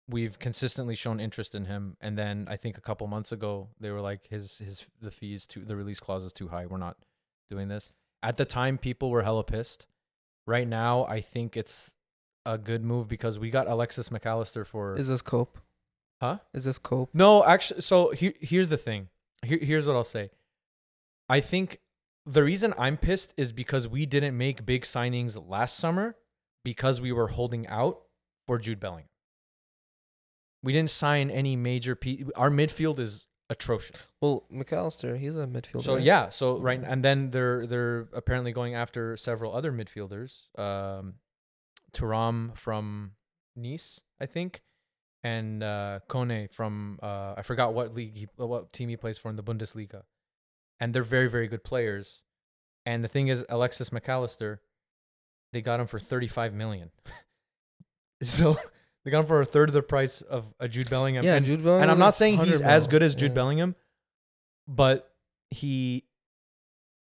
we've consistently shown interest in him. And then I think a couple months ago they were like his his the fees too the release clause is too high. We're not doing this. At the time, people were hella pissed. Right now, I think it's a good move because we got Alexis McAllister for.
Is this cope?
Huh?
Is this cope?
no, actually, so he- here's the thing. Here, here's what I'll say. I think the reason I'm pissed is because we didn't make big signings last summer because we were holding out for Jude Bellingham. We didn't sign any major. P- Our midfield is atrocious.
Well, McAllister, he's a midfielder.
So
right? Mm-hmm.
yeah, so right,
Okay.
and then they're they're apparently going after several other midfielders. Um, Turam from Nice, I think, and uh, Kone from uh, I forgot what league he, what team he plays for in the Bundesliga, and they're very very good players. And the thing is, Alexis McAllister, they got him for thirty five million. so they got him for a third of the price of a Jude Bellingham.
Yeah,
and-
Jude Bellingham.
and I'm not saying he's as good as Jude
Bellingham.
Bellingham, but he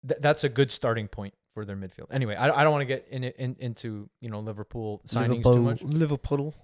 th- that's a good starting point for their midfield. Anyway, I, I don't want to get in, in into you know Liverpool signings too much,
Liverpool.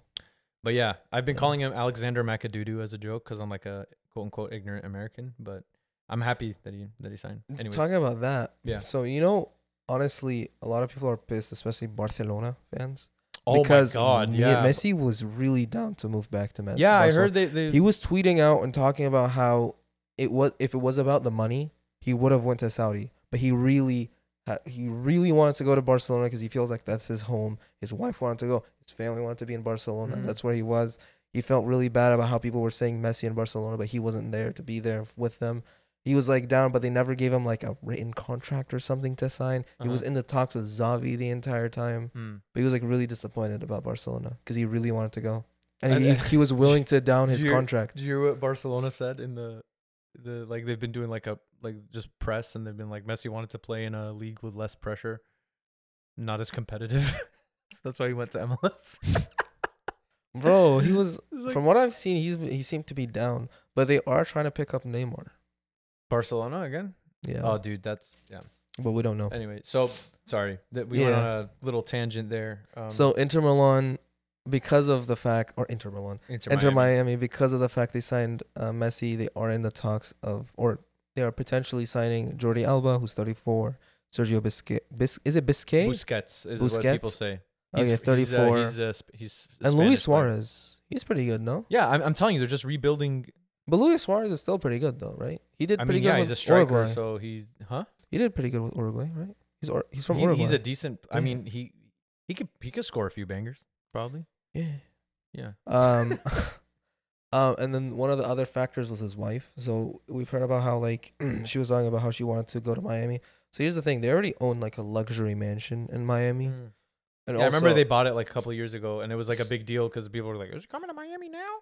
but yeah, I've been
Yeah.
calling him Alexander Macadoodoo as a joke because I'm like a quote unquote ignorant American, but I'm happy that he that he signed. Anyways,
Talking about that.
Yeah.
So you know, honestly, a lot of people are pissed, especially Barcelona fans,
oh
because
my god,
Me-
yeah,
Messi was really down to move back to Messi.
yeah, I heard they, they
he was tweeting out and talking about how it was if it was about the money, he would have went to Saudi, but he really ha- he really wanted to go to Barcelona because he feels like that's his home. His wife wanted to go. His family wanted to be in Barcelona.
Mhm.
That's where he was. He felt really bad about how people were saying Messi in Barcelona, but he wasn't there to be there f- with them. He was like down, but they never gave him like a written contract or something to sign. He was
Uh-huh.
in the talks with Xavi the entire time,
Mm.
but he was like really disappointed about Barcelona because he really wanted to go, and,
And-
he, he was willing to down his
You're-
contract.
Did you hear what Barcelona said in the the like they've been doing like a like just press and they've been like Messi wanted to play in a league with less pressure, not as competitive. so that's why he went to MLS.
Bro, he was
It's like,
from what I've seen, he's he seemed to be down, but they are trying to pick up Neymar.
Barcelona again.
Yeah,
Oh, dude, that's yeah.
but we don't know.
Anyway, so sorry that we went
Yeah.
on a little tangent there. Um,
so Inter Milan, because of the fact, or Inter Milan.
Inter,
Enter
Miami.
Miami. because of the fact they signed uh, Messi. They are in the talks of, or they are potentially signing Jordi Alba, who's 34. Sergio Biscay, Bis- is it Biscay?
Busquets is what people
Busquets?
say.
okay,
He's- he's, uh,
34.
He's, uh, sp- he's
and Luis
Spanish player.
Suarez, he's pretty good, no?
Yeah, I'm, I'm telling you, they're just rebuilding.
But Luis Suarez is still pretty good, though, right? He did
I
pretty
mean,
good
yeah,
with
he's a striker,
Uruguay.
so he's huh.
He did pretty good with Uruguay, right? He's or, he's from
He-
Uruguay.
he's a decent. I
Yeah.
mean, he he could he could score a few bangers probably.
yeah.
Yeah.
Um, um, and then one of the other factors was his wife. So we've heard about how like she was talking about how she wanted to go to Miami. So here's the thing: they already own like a luxury mansion in Miami,
Mm.
and
Yeah, I remember
also-
they bought it like a couple years ago, and it was like a
S-
big deal because people were like, "Is he coming to Miami now?"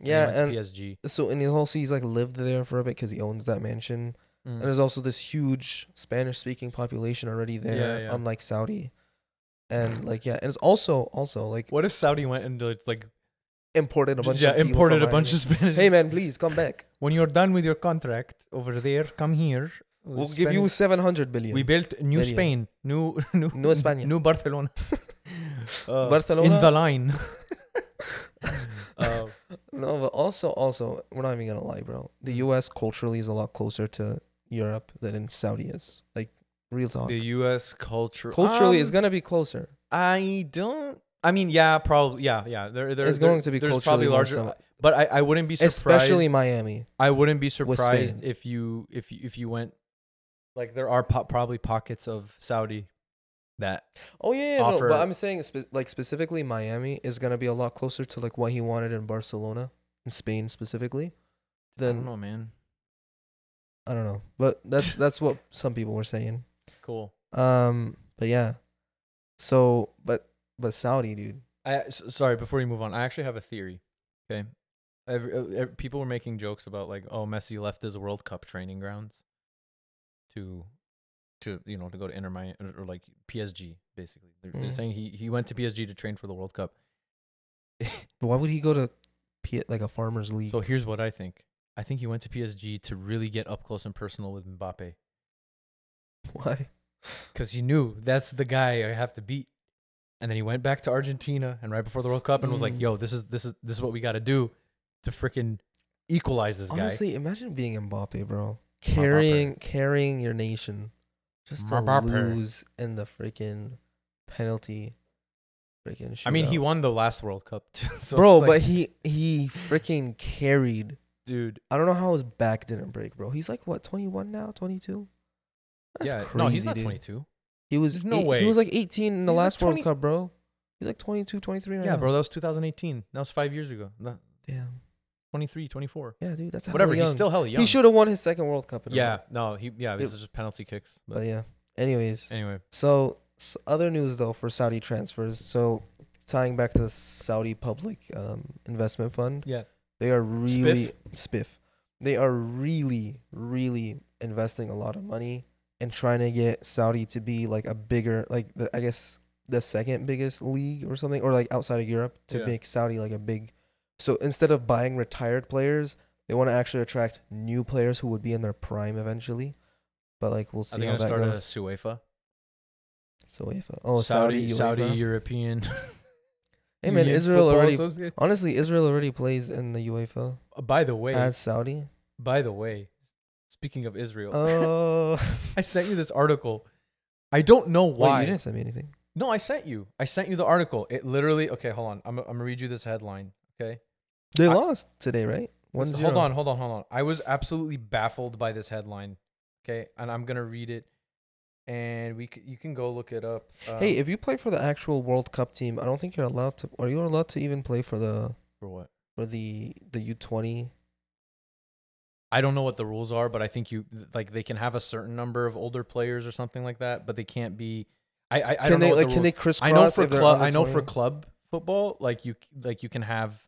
And he
yeah,
went to
and
PSG.
so and he also he's like lived there for a bit because he owns that mansion,
Mm.
and there's also this huge Spanish-speaking population already there,
Yeah, yeah.
unlike Saudi, and like yeah, and it's also also like
What if Saudi went and uh, like
imported a bunch
yeah
of people
imported a
from
bunch
Miami.
of Spanish?
hey man, please come back.
when you're done with your contract over there, come here.
We'll give you seven hundred billion.
We built new
Million.
Spain, new new
No España.
new Barcelona. Uh,
Barcelona-
in the line. Uh,
No, but also, also, we're not even gonna lie, bro. The
Mm.
U.S. culturally is a lot closer to Europe than in Saudi is. Like, real talk.
the Um, U.S. culture
culturally,
is
it's gonna be closer.
I don't. I mean, yeah, probably, yeah, yeah. There, there,
It's
there-
going to be
there's
culturally
probably
more
larger, uh,
similar.
but I, I wouldn't be surprised.
especially Miami.
I wouldn't be
with
surprised
Spain.
if you, if you, if you went, like, there are po- probably pockets of Saudi that
Oh yeah, yeah no,
offer-
but I'm saying spe- like specifically Miami is gonna be a lot closer to like what he wanted in Barcelona, in Spain specifically.
I don't
Than
know, man.
I don't know, but that's that's what some people were saying.
Cool.
Um, but yeah. So, but but Saudi, dude.
I s- sorry. Before you move on, I actually have a theory. Okay, Every, uh, ev- people were making jokes about like, oh, Messi left his World Cup training grounds to, to you know, to go to Inter Miami or, or, like PSG. Basically, they're, they're
Mm.
saying he he went to PSG to train for the World Cup.
Why would he go to P- like a farmers league?
So here's what I think. I think he went to PSG to really get up close and personal with Mbappe
Why?
because he knew that's the guy I have to beat. And then he went back to Argentina and right before the World Cup and was like,
Mm.
"Yo, this is this is this is what we got to do to freaking equalize this guy."
Honestly, imagine being Mbappe, bro. Carrying carrying your nation just to
Mbappe.
lose in the freaking penalty freaking shootout.
I mean, he won the last World Cup, too, so
Bro,
it's
but
like,
he he freaking carried.
dude,
I don't know how his back didn't break, bro. He's like what, 21 now, 22? That's
yeah,
crazy.
no, he's not
dude.
22.
He was
There's no
eight-
way.
He was like 18 in the
He's like
last
20
World Cup, bro. He's like 22, 23 right
Yeah,
now.
bro, that was 2018. That was five years ago. No,
Damn.
23, 24,
Yeah, dude, that's hella
whatever. He's
young.
still hella young.
He should have won his second World Cup in a row.
Yeah, no, he yeah, this
It-
is just penalty kicks. But,
But yeah. Anyways,
anyway,
So, s other news though for Saudi transfers. So, tying back to the Saudi Public um, Investment Fund,
yeah,
they are really spiff. They are really, really investing a lot of money and trying to get Saudi to be like a bigger, like the, I guess the second biggest league or something, or like outside of Europe to
Yeah.
make Saudi like a big. So instead of buying retired players, they want to actually attract new players who would be in their prime eventually. But like we'll
I
see
think
how
I'm
that
starting a
goes.
Suefa.
So UEFA. Oh, Saudi,
Saudi
UEFA.
European.
Hey man,
Union
Israel
Football
already.
Association.
Honestly, Israel already plays in the UEFA
Uh, By the way,
as Saudi.
by the way, speaking of Israel,
Oh,
I sent you this article. I don't know why.
Wait, you didn't send me anything.
No, I sent you. I sent you the article. It literally. Okay, hold on. I'm I'm gonna read you this headline. Okay.
They
I-
lost today, right? One
So
zero.
Hold on, hold on, hold on. I was absolutely baffled by this headline. Okay, and I'm gonna read it, and we c- you can go look it up.
Hey,
um,
if you play for the actual World Cup team, I don't think you're allowed to. Are you allowed to even play for the
for what?
for the the U twenty?
I don't know what the rules are, but I think you like they can have a certain number of older players or something like that, but they can't be. I I, I
can
don't
they
know what
like
the
can they
rules-
crisscross?
I know for
if they're
club.
under
I know for
20?
club football, like you like you can have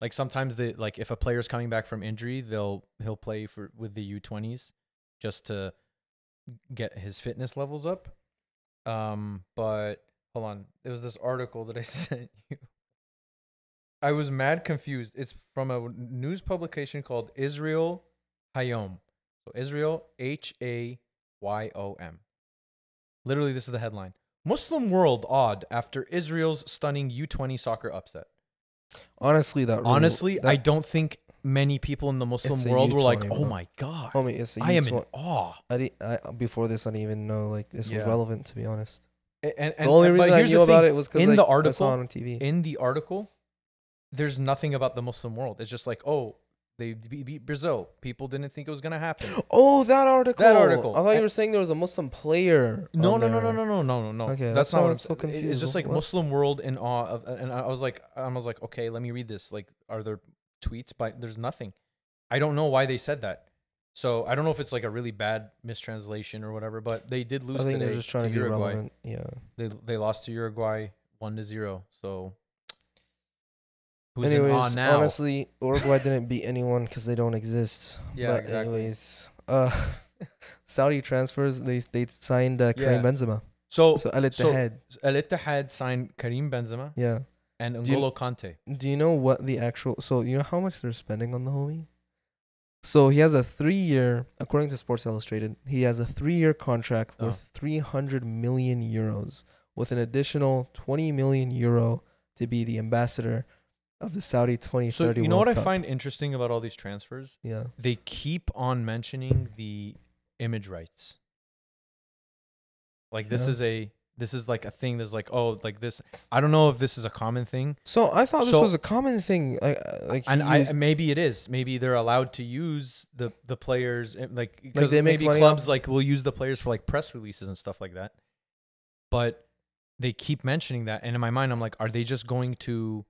like sometimes the like if a player's coming back from injury, they'll he'll play for with the U twenties just to get his fitness levels up. Um, but hold on, it was this article that I sent you. I was mad confused. It's from a news publication called Israel Hayom. So Israel H A Y O M. Literally, this is the headline. Muslim world odd after Israel's stunning U20 soccer upset.
Honestly, that really-
Honestly, I
that-
don't think many people in the Muslim
It's a
world were like,
U20,
"Oh
bro.
my god,
homie, it's a
I am in
U20
awe."
I di- I- before this, I didn't even know like this
Yeah.
was relevant. To be honest,
A- And, and
the only
and- but
reason I
here's the
knew about
thing.
it was because
in
like,
the
I saw it
article,
on TV.
in the article, there's nothing about the Muslim world. It's just like, "Oh, they be- beat Brazil. People didn't think it was gonna happen."
oh, that article.
article.
I thought you
And-
were saying there was a Muslim player.
No,
on
no, no, no,
there.
no, no, no, no, no.
Okay,
that's,
that's
not
why
what
I'm
I'm
so
saying. It- It's
confused.
just like
What?
Muslim world in awe of, and I was like, I was like, okay, let me read this. Like, are there tweets? But there's nothing. I don't know why they said that. So I don't know if it's like a really bad mistranslation or whatever. But they did lose
I think
today
they're just trying to, be
Uruguay.
relevant. Yeah.
They they lost to Uruguay one to zero. So who's in awe
anyways,
now?
honestly, Uruguay didn't beat anyone because they don't exist.
yeah,
but
exactly.
anyways, uh, Saudi transfers. They they signed uh, Karim
Yeah. Oh,
Benzema.
So,
So Al Ittihad.
Al Ittihad signed Karim Benzema
yeah.
and
Do you-
N'Golo Kante.
Do you know what the actual? So you know how much they're spending on the homie. So he has a three-year, according to Sports Illustrated, he has a three-year contract
Oh.
worth 300 million euros, with an additional 20 million euro to be the ambassador of the Saudi 2030
So you know
World
what I
Cup.
find interesting about all these transfers
Yeah.
they keep on mentioning the image rights. Like this
Yeah.
is a this is like a thing that's like oh like this I don't know if this is a common thing
So I thought this
So-
was a common thing. Like, uh, like
and
he
I
was-
maybe it is maybe they're allowed to use the the players and, like because
they make
maybe
money
clubs
off-
like will use the players for like press releases and stuff like that but they keep mentioning that and in my mind I'm like are they just going to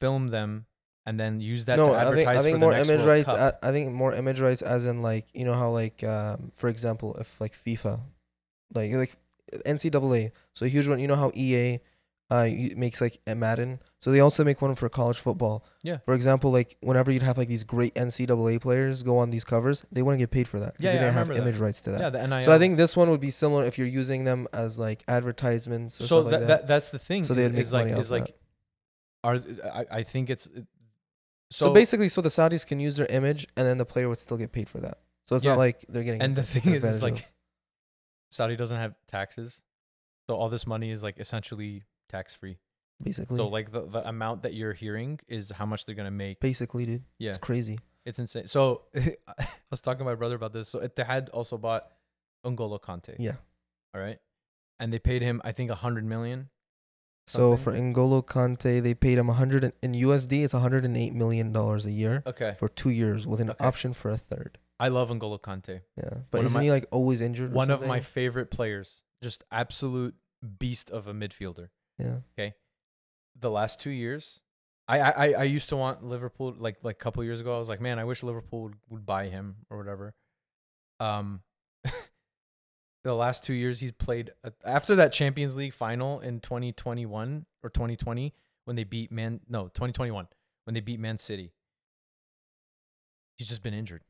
film them and then use that to
I
advertise
think, I think
for
more
the next
image
World
rights.
Cup?
a- I think more image rights, as in like you know how like um, for example, if like FIFA, like like NCAA, so a huge one. You know how EA uh y- makes like a Madden, so they also make one for college football.
Yeah.
For example, like whenever you'd have like these great NCAA players go on these covers, they wouldn't get paid for that because
Yeah,
they
yeah, I
didn't have
remember that.
image rights to that.
yeah the NIL
So I think this one would be similar if you're using them as like advertisements or
so
something
that,
like that.
that that's the thing. So
So they'd
is,
make
is like
money off
is like
that.
are th- I, I think it's it-
So,
so, basically
basically, so the Saudis can use their image, and then the player would still get paid for that. So it's
Yeah.
not like they're getting.
and the thing
taken
is it's
advantage
like Saudi doesn't have taxes, so all this money is like essentially tax free.
of, basically,
So like the, the amount that you're hearing is how much they're gonna make.
basically, dude,
Yeah,
it's crazy.
it's insane. So I was talking to my brother about this. So Etihad also bought Ungolo Kante.
Yeah.
All right, and they paid him I think a hundred million.
So for
Something.
N'Golo Kante, they paid him 100 and, in USD. It's 108 million dollars a year
Okay,
for two years, with an
Okay.
option for a third.
I love Ungolo Kante.
Yeah, but
One of
isn't
my-
he like always injured? or
one of my
something?
favorite players, just absolute beast of a midfielder.
yeah,
The last two years, I I, I- I used to want Liverpool like like a couple years ago. I was like, man, I wish Liverpool would, would buy him or whatever. Um, the last two years he's played uh, after that Champions League final in 2021 or 2020 when they beat Man no 2021 when they beat Man City. He's just been injured.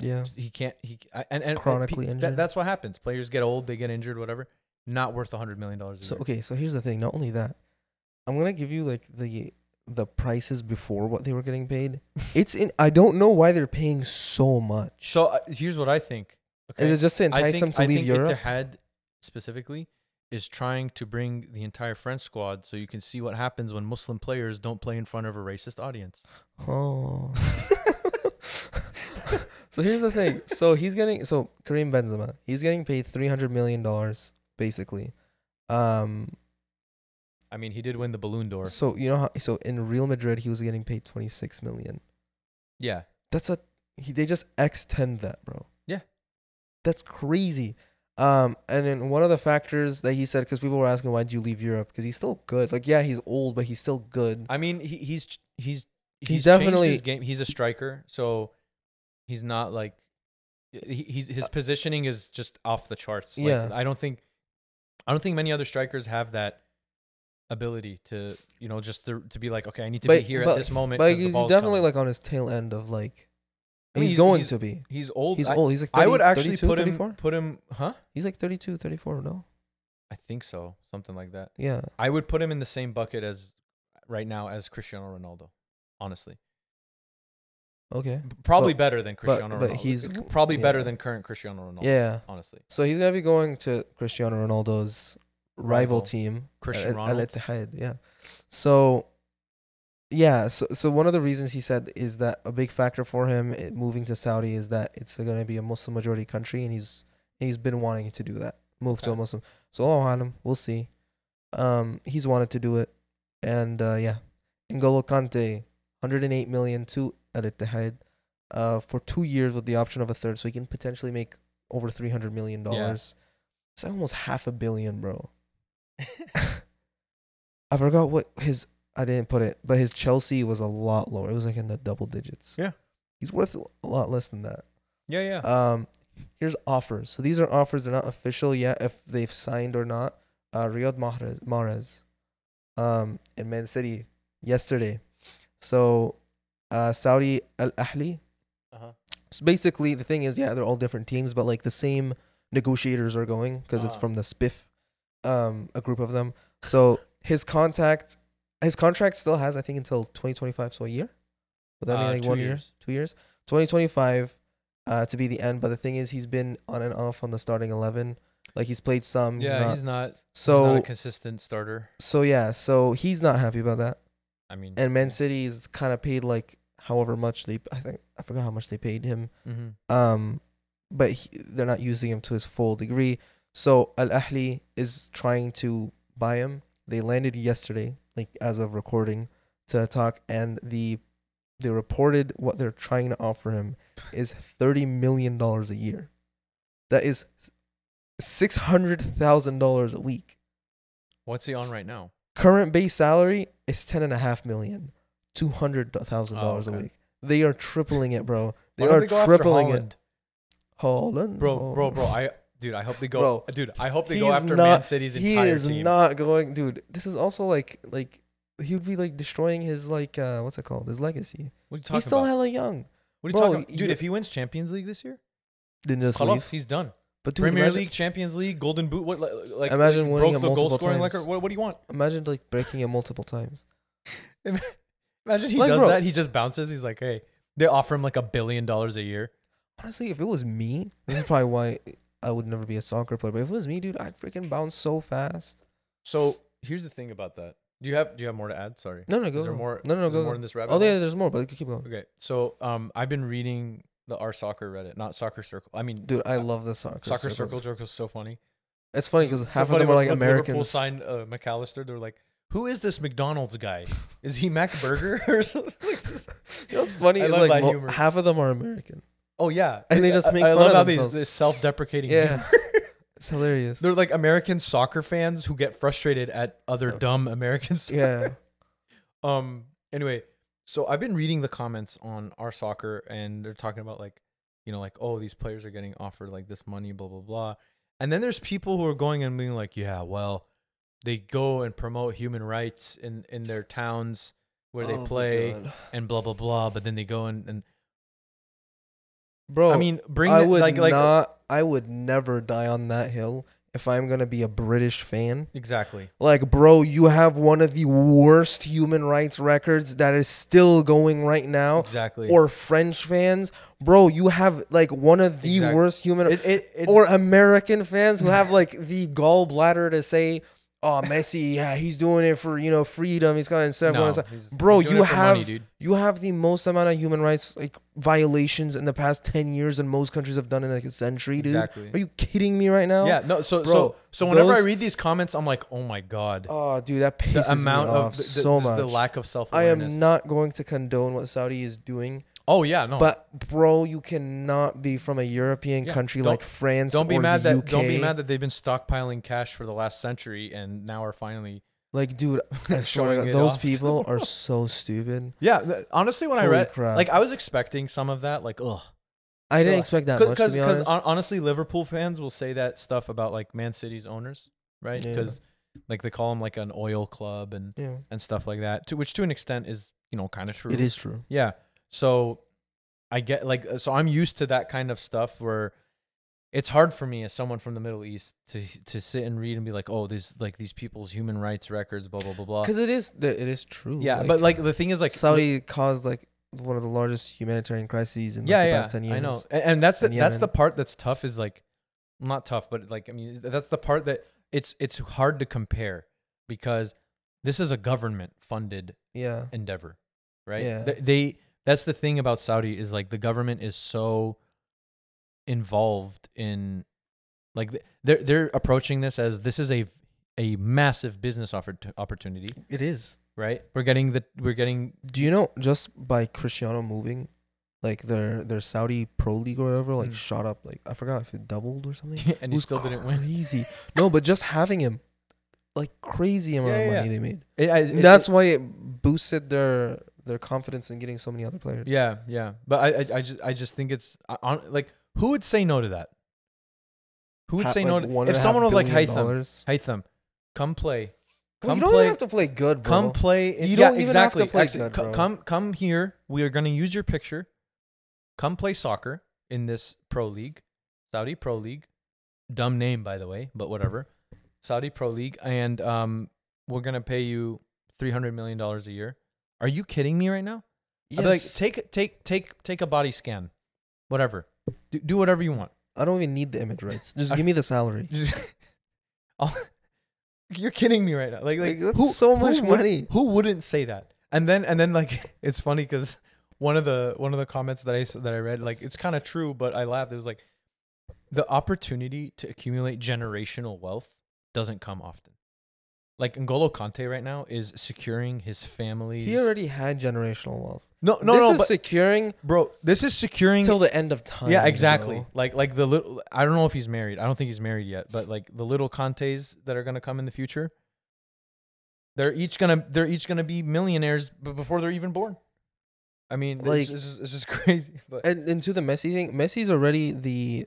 yeah.
He can't. He I- and,
He's
and pe-
chronically
that-
injured.
that's what happens. Players get old. They get injured. Whatever. Not worth a hundred million dollars.
So okay, so here's the thing. Not only that, I'm gonna give you like the the prices before what they were getting paid. It's in. I don't know why they're paying so much.
So uh, here's what I think. Okay.
Is it just to entice
I think,
them to
I
leave
think
Europe?
Etihad specifically is trying to bring the entire French squad so you can see what happens when Muslim players don't play in front of a racist audience.
Oh. so here's the thing. So he's getting so Karim Benzema, he's getting paid three hundred million dollars, basically. Um
I mean, he did win the Balloon d'Or.
so you know how so in Real Madrid he was getting paid twenty six million.
Yeah.
That's a he, they just X ten that, bro.
Yeah.
That's crazy. Um, and then one of the factors that he said, because people were asking, why did you leave Europe? Because he's still good. Like, yeah, he's old, but he's still good.
I mean, he, he's ch- he's
He's
changed his
definitely-
game. He's a striker, so he's not like he, he's his positioning is just off the charts. Like,
Uh, Yeah.
I don't think I don't think many other strikers have that ability to you know just to, to be like okay I need to be
But-
here at
but-
this moment.
But
'cause the
he's
ball's
definitely
coming.
like on his tail end of like.
I mean,
he's,
he's-
going
he's-
to be.
he's old.
He's
I,
old. He's like 30,
I would actually
32,
put him
34.
put him huh?
He's like 32, 34, no?
I think so, something like that.
Yeah.
I would put him in the same bucket as right now as Cristiano Ronaldo. Honestly,
Okay.
B- probably
But-
better than Cristiano
but
Ronaldo.
he's-
C- probably better
yeah.
than current Cristiano Ronaldo.
Yeah.
honestly,
So he's gonna be going to Cristiano Ronaldo's rival,
Rival.
team,
Christian
Al
Ronaldo.
Ittihad. Yeah. So, yeah. So, so one of the reasons he said is that a big factor for him i- moving to Saudi is that it's gonna be a Muslim majority country, and he's he's been wanting to do that, move to a
Okay.
Muslim. So Allah alam, we'll see. Um, he's wanted to do it, and uh, yeah, N'Golo Kante, 108 million to Al Ittihad, uh, for two years with the option of a third, so he can potentially make over 300 million dollars. It's like almost half a billion, bro. I forgot what his I didn't put it, but his Chelsea was a lot lower. It was like in the double digits.
Yeah.
He's worth a lot less than that.
Yeah, yeah.
Um, here's offers. So these are offers. They're not official yet if they've signed or not. Uh, Riyad Mahrez, Mahrez um, in Man City yesterday. So uh, Saudi Al Ahli.
uh-huh.
So basically, the thing is, yeah, they're all different teams, but like the same negotiators are going because it's
Ah.
from the Spiff, um, a group of them. So his contact, his contract still has, I think, until 2025, so a year. Would that
Uh,
mean like
two
one year?
years.
two years, 2025 uh, to be the end. But the thing is, he's been on and off on the starting 11. Like he's played some. he's
Yeah,
not-
he's not.
so
he's not a consistent starter.
so yeah, so he's not happy about that.
I mean,
And Man City is kind of paid like however much they. I think I forgot how much they paid him.
hmm
Um, but he, they're not using him to his full degree. So Al Ahli is trying to buy him. They landed yesterday, like as of recording, to talk, and the they reported what they're trying to offer him is thirty million dollars a year. That is six hundred thousand dollars a week.
what's he on right now?
Current base salary is ten and a half million, two hundred thousand dollars
Oh, okay.
a week. They are tripling it, bro. They
Why don't
are
go after
tripling it.
Haaland?
Holland.
bro, bro, bro. I, dude, I hope they go.
Bro,
dude, I hope they
he
go
is
after Man
not-
City's
he
entire
is
team.
not going, dude. This is also like like he would be like destroying his like uh what's it called his legacy.
what are you talking
He's still
about?
hella young.
what are you
bro,
talking about?
you-
Dude, if he wins Champions League this year,
Then just
Khalas,
leave.
he's done.
But dude,
Premier
imagine,
League, Champions League, Golden Boot. What, like, like
Imagine
you
winning it
broke the
multiple
goal scoring
times.
record. What, what do you want?
imagine like breaking it multiple times.
Imagine he
Like,
does
bro-
that. He just bounces. He's like, hey, they offer him like a billion dollars a year.
Honestly, if it was me, this is probably why I would never be a soccer player. But if it was me, dude, I'd freaking bounce so fast.
So here's the thing about that. Do you have Do you have more to add? Sorry.
No, no, go.
Is there
go.
more?
No, no, no,
is there
go.
more
go.
in this rabbit?
Oh
hole?
yeah, there's more, but keep going,
Okay, so um, I've been reading the Our Soccer Reddit, not Soccer Circle. I mean,
dude. I love the soccer.
Soccer Circle joke was so funny.
It's funny
S-
because
so
half
funny
of them
when-
are like
when Liverpool
Americans.
signed uh, McAllister. They're like, "Who is this McDonald's guy? Is he Mac Burger or something?" Like, just-
You know what's funny
I
is
love
like
that
mo-
humor.
half of them are American.
oh yeah,
And they just
I-
make
I,
fun
love
of
how these
themselves.
this self-deprecating.
Yeah.
humor.
It's hilarious.
they're like American soccer fans who get frustrated at other
Oh.
dumb Americans.
yeah.
Um. Anyway, so I've been reading the comments on our soccer, and they're talking about like, you know, like oh these players are getting offered like this money, blah blah blah, and then there's people who are going and being like, yeah, well, they go and promote human rights in in their towns where
Oh
they
my
play
God.
and blah blah blah, but then they go and and
Bro,
I mean bring
Oh, I
the-
would
like uh like
not. I would never die on that hill if I'm gonna be a British fan.
exactly
Like, bro, you have one of the worst human rights records that is still going right now.
exactly
Or French fans, bro, you have like one of the
Exact-
worst human.
it, it, it's,
or American fans who have like the gallbladder to say, "Oh, Messi, yeah, he's doing it for you know freedom. He's going to set
no,
everyone." else."
he's-
Bro,
he's doing
you
it for money,
have-
dude.
You have the most amount of human rights like violations in the past ten years than most countries have done in like a century, dude.
Exactly.
Are you kidding me right now?
yeah no so
Bro,
so so whenever I
those-
read these comments I'm like oh my god
Oh, dude, that
the
pisses
amount
me
of
off
the, the-
so
just
much.
the lack of self
I
awareness.
am not going to condone what Saudi is doing,
Oh yeah, no.
but bro, you cannot be from a European
Yeah,
country
don't-
like France
don't be
or
mad
the
that
UK.
don't be mad that they've been stockpiling cash for the last century and now are finally.
Like, dude, I swear to
Showing
God,
it
those
off to
people
the
are
world.
so stupid.
Yeah, th- honestly, when I
Holy
read,
crap.
like, I was expecting some of that. Like, ugh,
I didn't
Yeah.
expect that much to
because
be honest.
honestly, Liverpool fans will say that stuff about like Man City's owners, right?
Yeah.
Because like they call them like an oil club and
yeah,
and stuff like that, to, which to an extent is you know kind of true.
it is true.
Yeah. So I get like uh, so I'm used to that kind of stuff where it's hard for me as someone from the Middle East to to sit and read and be like, "Oh, these like these people's human rights records blah blah blah blah."
Because it is the, it is true.
Yeah, but like the thing is like
Saudi caused like one of the largest humanitarian crises in like,
yeah,
the
yeah,
past ten years.
I know. And, and that's the,
in
that's the
Yemen.
part that's tough is like not tough, but like I mean that's the part that it's it's hard to compare because this is a government funded
Yeah,
endeavor, right?
Yeah.
Th- They, that's the thing about Saudi is like the government is so involved in like th- they're they're approaching this as this is a a massive business offer- opportunity,
it is.
right? We're getting the we're getting
Do you know just by Cristiano moving, like their their Saudi pro league or whatever, like
Mm.
shot up. Like I forgot if it doubled or something.
and you still didn't win.
Easy. No, but just having him, like crazy amount
Yeah,
of
yeah,
money
yeah.
they made.
It- I- it-
That's why it boosted their their confidence in getting so many other players.
Yeah, yeah. But I, I, I just, I just think it's I- on. Like, who would say no to that? Who would
Ha-
say
like,
no
one
to, if
and a half
someone was like,
billion
"Hey, them,
dollars.
hey, them, come play, come
Well, you don't
play,
even have to play good, bro.
come play." in-
You
yeah,
don't even have to
exactly.
play
Actually,
good,
co-
bro.
come, come here. We are gonna use your picture. Come play soccer in this pro league, Saudi pro league. Dumb name, by the way, but whatever. Saudi pro league, and um, we're gonna pay you three hundred million dollars a year. Are you kidding me right now? I'd be
Yes.
like take take take take a body scan, whatever. Do, do whatever you want.
I don't even need the image rights. Just give me the salary.
Just- I'll- you're kidding me right now. Like like
Like, that's
who,
so
who
much
would-
money.
Who wouldn't say that? And then and then like it's funny because one of the one of the comments that I s- that I read like it's kind of true, but I laughed. It was like the opportunity to accumulate generational wealth doesn't come often. Like N'Golo Conte right now is securing his family's.
He already had generational wealth.
no, no,
this
no,
is
but
securing
bro, this is securing
till the end of time.
Yeah, exactly.
bro.
Like like the little I don't know if he's married. I don't think he's married yet, but like the little Contes that are going to come in the future, they're each going to they're each going to be millionaires b- before they're even born. I mean,
Like-
it's, just, it's just crazy. But
And into the Messi thing, Messi's already the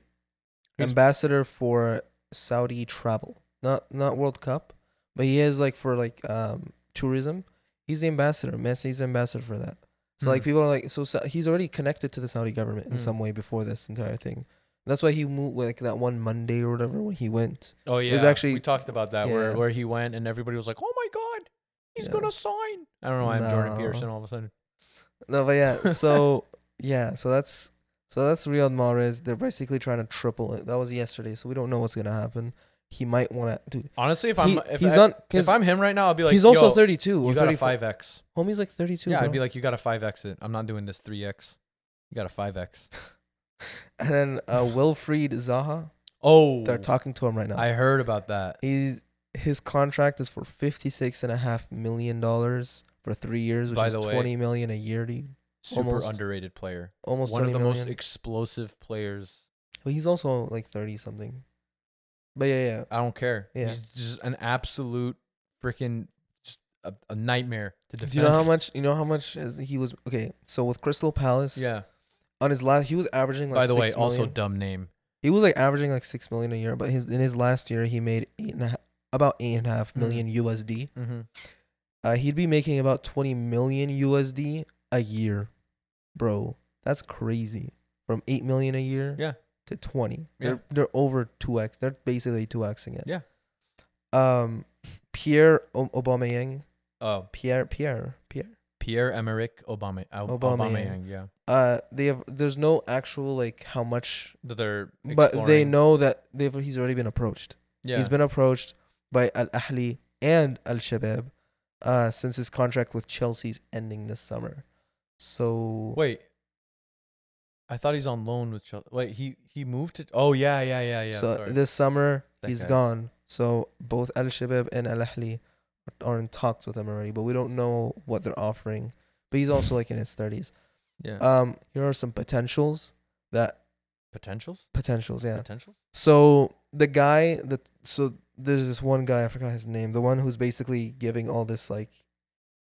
He's-
ambassador for Saudi travel, not not World Cup, but he is like for like um tourism. He's the ambassador. Messi's the ambassador for that. So like
Mm.
people are like, so, Sa- he's already connected to the Saudi government in
Mm.
some way before this entire thing. That's why he moved like that one Monday or whatever when he went.
oh yeah,
was actually-
we talked about that
yeah.
where where he went and everybody was like, "Oh my god, he's
Yeah.
going to sign." I don't know why I'm Jordan
No.
Peterson all of a sudden.
No, but yeah. So yeah, so that's so that's Riyad Mahrez. They're basically trying to triple it. That was yesterday, so we don't know what's gonna happen. He might want to, dude.
Honestly, if
he-
I'm if,
he's
I,
on.
if
his-
I'm him right now, I'll be like,
he's also
"Yo,
32
You
or
got a
35.
5x.
Homie's like 32.
yeah,
bro.
I'd be like, "You got a 5x it. I'm not doing this 3x. You got a 5x."
and then uh, Wilfried Zaha.
Oh.
They're talking to him right now.
I heard about that.
He's his contract is for 56 and a half million dollars for three years, which
By
is
the way-
20 million a year, dude.
Super
Almost.
underrated player.
Almost
One of
20
the most
million.
explosive players.
But he's also like 30 something. But yeah, yeah.
I don't care.
Yeah.
He's just an absolute freaking just a, a nightmare to defend.
Do you know how much? You know how much is, he was? Okay, so with Crystal Palace,
Yeah.
on his last, he was averaging like.
By the way,
six
also
million.
dumb name.
he was like averaging like six million a year, but his in his last year he made eight and a half, about eight and a half
Mhm.
million USD.
Mm-hmm.
Uh, he'd be making about twenty million USD a year, bro. That's crazy. From eight million a year,
Yeah.
to twenty,
Yeah.
they're they're over two x. They're basically two xing it.
Yeah.
Um, Pierre o- Aubameyang,
Uh,
Pierre, Pierre, Pierre.
Pierre Emerick Obama. Obama.
Aubameyang.
Aubameyang. Yeah.
Uh, they have. There's no actual like how much,
That They're
but they
exploring.
know that they've. He's already been approached.
Yeah.
He's been approached by Al Ahli and Al Shabab uh, since his contract with Chelsea's ending this summer. So
Wait. I thought he's on loan with Chelsea. Wait, he he moved to. Oh yeah, yeah, yeah, yeah.
so
sorry.
this summer
That
he's
guy.
gone. So both Al Shabab and Al Ahli are in talks with him already, but we don't know what they're offering. But he's also like in his thirties.
yeah.
Um, here are some potentials that
potentials.
potentials, yeah.
Potentials.
So the guy that so there's this one guy I forgot his name, the one who's basically giving all this like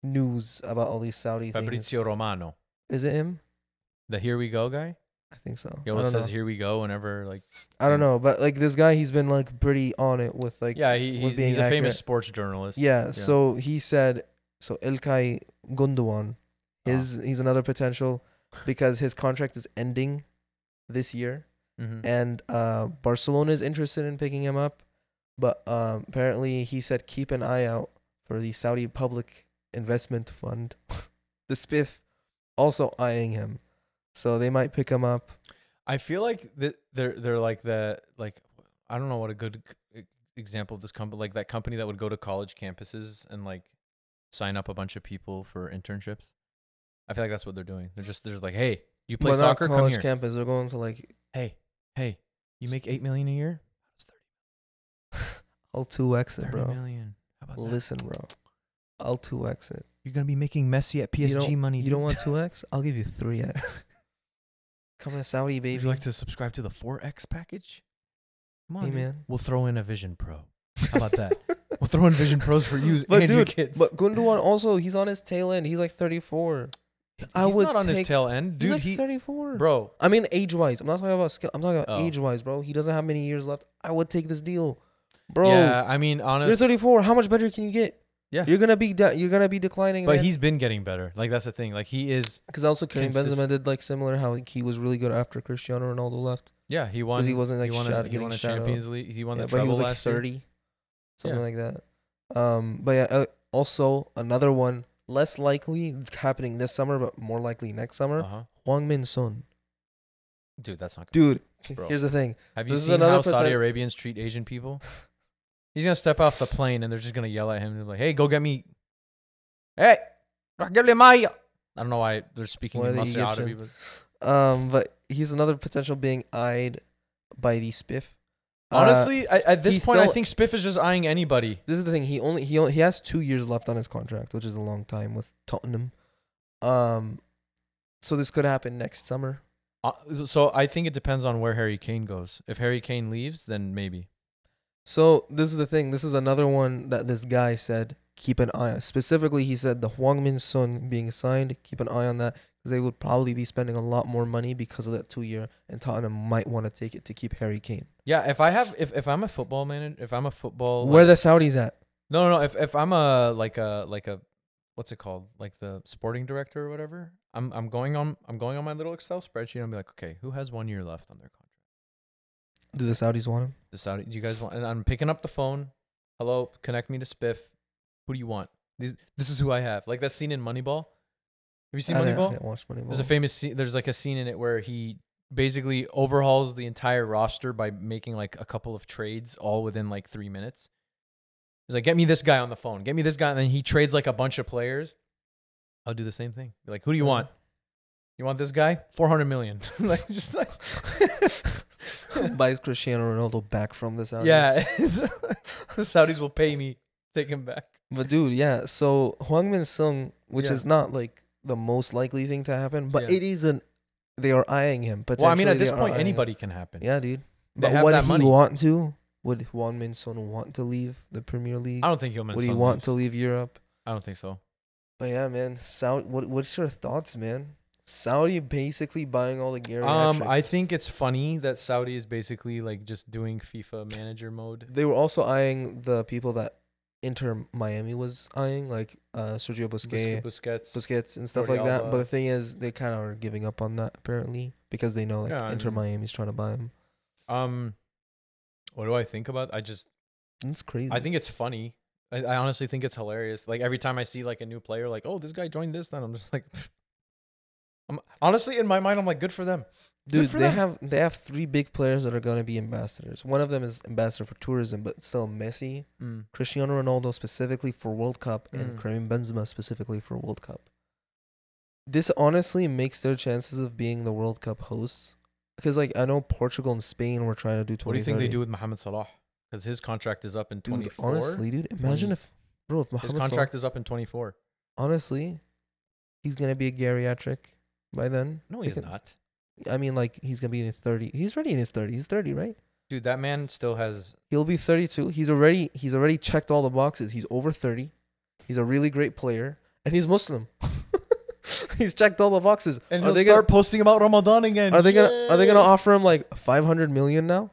news about all these Saudi things.
Fabrizio Romano,
Is it him?
the Here We Go guy.
I think so.
Yo,
I
it
don't know.
says here we go whenever like
I don't know, but like this guy, he's been like pretty on it with like
yeah he,
with
he's,
being
he's a
accurate.
famous sports journalist.
Yeah, so he said so Ilkay Gundogan,
Ah.
his he's another potential because his contract is ending this year,
Mhm.
and uh, Barcelona is interested in picking him up, but um, apparently he said keep an eye out for the Saudi Public Investment Fund, the SPIF, also eyeing him, so they might pick him up.
I feel like that they're they're like the like I don't know what a good c- e, example of this company like that company that would go to college campuses and like sign up a bunch of people for internships. I feel like that's what they're doing. They're just they're just like, hey, you play
but not
soccer, come
college
here.
campus. They're going to like
Hey, hey, you make eight million a year?
I'll two X it,
Thirty
bro.
million. How about that?
Listen, bro, I'll two X it.
You're gonna be making Messi at PSG
You don't-
money.
You
dude.
don't want 2x? I'll give you 3x. Come to Saudi, baby.
Would you like to subscribe to the four X package? Come on,
Hey,
dude.
man.
We'll throw in a Vision Pro. How about that? We'll throw in Vision Pros for you
But
and
dude,
your kids.
But Gundogan also, he's on his tail end. He's like 34. I
he's
would
not on
take-
his tail end, dude.
he's like
he,
34.
bro,
I mean, age wise. I'm not talking about skill. I'm talking about
Oh.
age wise, bro. He doesn't have many years left. I would take this deal, bro.
Yeah, I mean,
you're
honest,
34. How much better can you get?
Yeah.
you're gonna be de- you're gonna be declining.
but he's been getting better. Like that's the thing. Like he is.
because also Karim
consist-
Benzema did like similar. How like, he was really good after Cristiano Ronaldo left
Yeah, he won.
because he wasn't like
he won
shot-
a, he
getting
won a
shadowed.
Champions League. He won
Yeah,
the treble
he was like
last year.
30 something like that um but yeah uh, also another one less likely happening this summer but more likely next summer
Uh-huh.
Huang Min Son
Dude, that's not. good.
dude
Bro.
here's the thing
Have you
this is
seen
another
how Saudi
poten-
Arabians treat Asian people? He's gonna step off the plane and they're just gonna yell at him and be like, "Hey, go get me." Hey, go get me my. I don't know why they're speaking
Why
in
are they
Muslim Arabic.
Egyptian?
but-
um but he's another potential being eyed by the spiff Uh,
Honestly, I, at this
he's
point, I
still-
think Spiff is just eyeing anybody.
this is the thing he only he only, he has 2 years left on his contract which is a long time with Tottenham um so this could happen next summer
Uh, so I think it depends on where Harry Kane goes. If Harry Kane leaves, then maybe.
So this is the thing. This is another one that this guy said. Keep an eye. on. Specifically, he said the Huang Min Sun being signed. Keep an eye on that because they would probably be spending a lot more money because of that two year, and Tottenham might want to take it to keep Harry Kane.
Yeah, if I have if, if I'm a football manager, if I'm a football
Where
like-
the Saudis at?
No, no, no, if if I'm a like a like a what's it called? Like the sporting director or whatever. I'm I'm going on I'm going on my little Excel spreadsheet and I'm like, "Okay, who has 1 year left on their contract?"
Do the Saudis want him?
The Saudi, do you guys want and I'm picking up the phone. "Hello, connect me to Spiff. Who do you want?" These, this is who I have. Like that scene in Moneyball. Have you seen
I didn't, I
Moneyball?
didn't watch Moneyball.
There's a famous scene. There's like a scene in it where he basically overhauls the entire roster by making like a couple of trades all within like three minutes. He's like, "Get me this guy on the phone. Get me this guy," and then he trades like a bunch of players. I'll do the same thing. Be like, "Who do you
Uh-huh.
want? You want this guy? Four hundred million. like, just like,
buys Cristiano Ronaldo back from the Saudis.
yeah, it's- the Saudis will pay me. Take him back.
But dude, yeah. So Huang Min Sung, which
Yeah.
is not like the most likely thing to happen, but
Yeah.
it is an. They are eyeing him. Potentially
Well, I mean, at
they
this
are
point,
eyeing him.
anybody can happen.
Yeah, dude.
They
But
have
would
that
he
money.
want to? Would Juan Min Son want to leave the Premier League?
I don't think he'll.
Would he want to leave Europe?
I don't think so.
But yeah, man. Saudi. What, what's your thoughts, man? Saudi basically buying all the Gary.
Um, I think it's funny that Saudi is basically like just doing FIFA manager mode.
they were also eyeing the people that Inter Miami was eyeing, like uh, Sergio
Busquets,
Busquets,
Busquets.
Busquets, and stuff
Jordi
like that. But
Alba.
the thing is, they kind of are giving up on that apparently because they know like
Yeah, I
Inter
mean-
Miami's trying to buy him.
Um, what do I think about? I just
It's crazy.
I think it's funny. I, I honestly think it's hilarious. Like every time I see like a new player, like oh this guy joined this, then I'm just like, I'm honestly in my mind I'm like good for them. Good
Dude,
for
they
them.
have they have three big players that are gonna be ambassadors. One of them is ambassador for tourism, but still Messi, Cristiano Ronaldo specifically for World Cup, and
Mm.
Karim Benzema specifically for World Cup. This honestly makes their chances of being the World Cup hosts, because like I know Portugal and Spain were trying to do.
What do you think they
2030.
do with Mohamed Salah? Because his contract is up in
Dude,
24.
honestly, dude, imagine
20.
if bro, if
his
Mohamed
contract is up in 24.
Salah, honestly, he's gonna be a geriatric by then.
No,
They
he's
can-
not.
I mean, like he's gonna be in his thirty. He's already in his thirty. He's thirty, right?
Dude, that man still has.
He'll be 32. He's already he's already checked all the boxes. He's over 30. He's a really great player and he's Muslim. He's checked all the boxes.
And
are
he'll
they
start
gonna
posting about Ramadan again.
are they gonna are they gonna
Yeah.
offer him like 500 million now?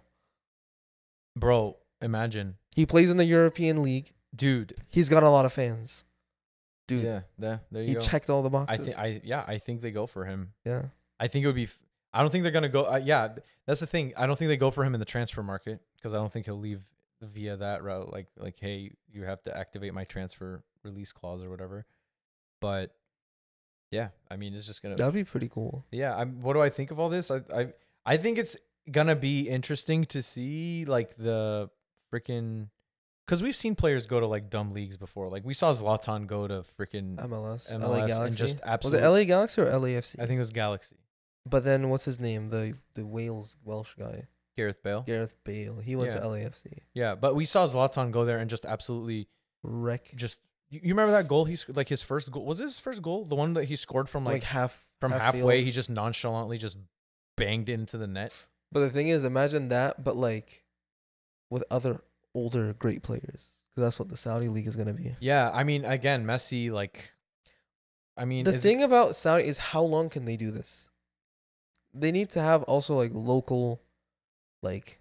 Bro, imagine,
He plays in the European League.
dude.
He's got a lot of fans. Dude,
Yeah, there, there you
he
go.
checked all the
I
boxes.
think, I yeah, I think they go for him.
yeah.
I think it would be. f- I don't think they're gonna go. Uh, yeah, th- that's the thing. I don't think they go for him in the transfer market because I don't think he'll leave via that route. Like like, hey, you have to activate my transfer release clause or whatever. But yeah, I mean, it's just gonna.
That'd be pretty cool.
Yeah, I'm. What do I think of all this? I I I think it's gonna be interesting to see like the freaking because we've seen players go to like dumb leagues before. Like we saw Zlatan go to freaking
MLS,
MLS
LA
and
Galaxy.
just
was it
absolute-
LA Galaxy or LAFC?
I think it was Galaxy.
But then what's his name? The the Wales Welsh guy,
Gareth Bale. Yeah.
Gareth Bale. He went
Yeah.
to LAFC.
but we saw Zlatan go there and just absolutely
Wreck.
just. You you remember that goal he sc- like his first goal was it his first goal the one that he scored from
Like,
like,
half
from
half
halfway
field.
he just nonchalantly just banged it into the net.
But the thing is, imagine that, but like with other older great players, because that's what the Saudi league is gonna be.
Yeah, I mean again Messi like, I mean
The
is-
thing about Saudi is how long can they do this? They need to have also like local, like,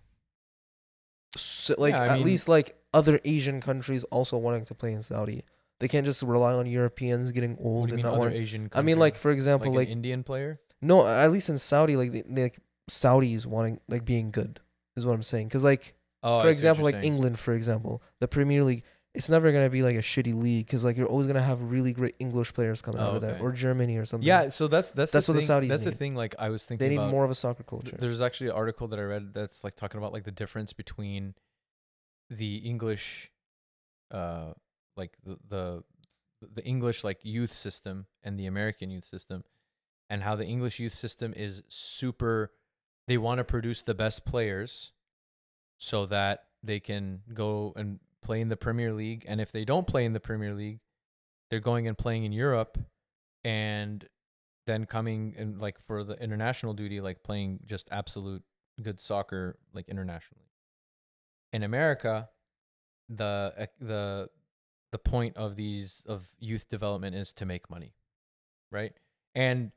s like
Yeah, I
at
mean-
least like other Asian countries also wanting to play in Saudi. They can't just rely on Europeans getting
What
old
do you
and
mean
not
other
wanting.
Asian?
I mean, like for example,
like
like,
an Indian player.
no, at least in Saudi, like they, they like Saudis wanting like being good is what I'm saying. Because like
Oh,
for example, like England, for example, the Premier League, it's never gonna be like a shitty league because like you're always gonna have really great English players coming
Oh,
out of there,
okay.
or Germany or something.
Yeah, so that's that's
That's
the
what the
thing,
Saudis
That's
need.
the thing. Like I was thinking,
they need
about,
more of a soccer
th-
culture.
There's actually an article that I read that's like talking about like the difference between the English, uh, like the the the English like youth system and the American youth system, and how the English youth system is super. They want to produce the best players, so that they can go and play in the Premier League. And if they don't play in the Premier League, they're going and playing in Europe, and then coming and like for the international duty, like playing just absolute good soccer, like internationally. In America, the ec- the the point of these of youth development is to make money, right? And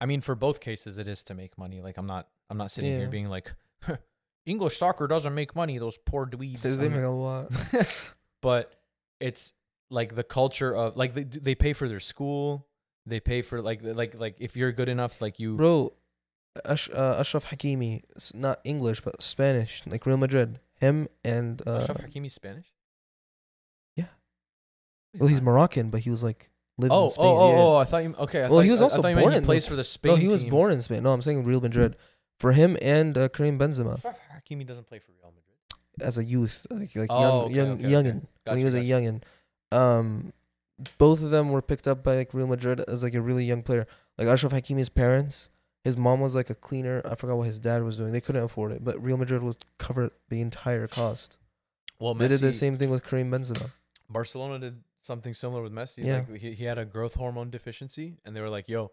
I mean, for both cases, it is to make money. Like I'm not I'm not sitting
Yeah.
here being like. English soccer doesn't make money. Those poor dweebs.
They-
I
they
mean-
make a lot.
but it's like the culture of like they they pay for their school. They pay for like like like if you're good enough, like you.
Bro, Ash, uh, Ashraf Hakimi, s- not English but Spanish, like Real Madrid. Him and uh,
Ashraf Hakimi's Spanish.
yeah.
No,
well, he's
not.
Moroccan, but he was like living
Oh,
in Spain.
oh, oh,
yeah.
oh! I thought you. Okay, I
Well,
thought,
he was
I- I
also
thought you meant
born
he
in-
plays for the Spain.
no, he was
team.
born in Spain. No, I'm saying Real Madrid. For him and uh, Karim Benzema
Ashraf Hakimi doesn't play for Real Madrid.
as a youth, like like
Oh, okay,
young,
okay, okay.
young, youngin. when he was
Gotcha,
a youngin. Um, both of them were picked up by like Real Madrid as like a really young player. Like Ashraf Hakimi's parents, his mom was like a cleaner. I forgot what his dad was doing. They couldn't afford it, but Real Madrid would cover the entire cost.
Well,
They did the
Messi,
same thing with Karim Benzema.
Barcelona did something similar with Messi.
Yeah.
Like he, he had a growth hormone deficiency, and they were like, "Yo,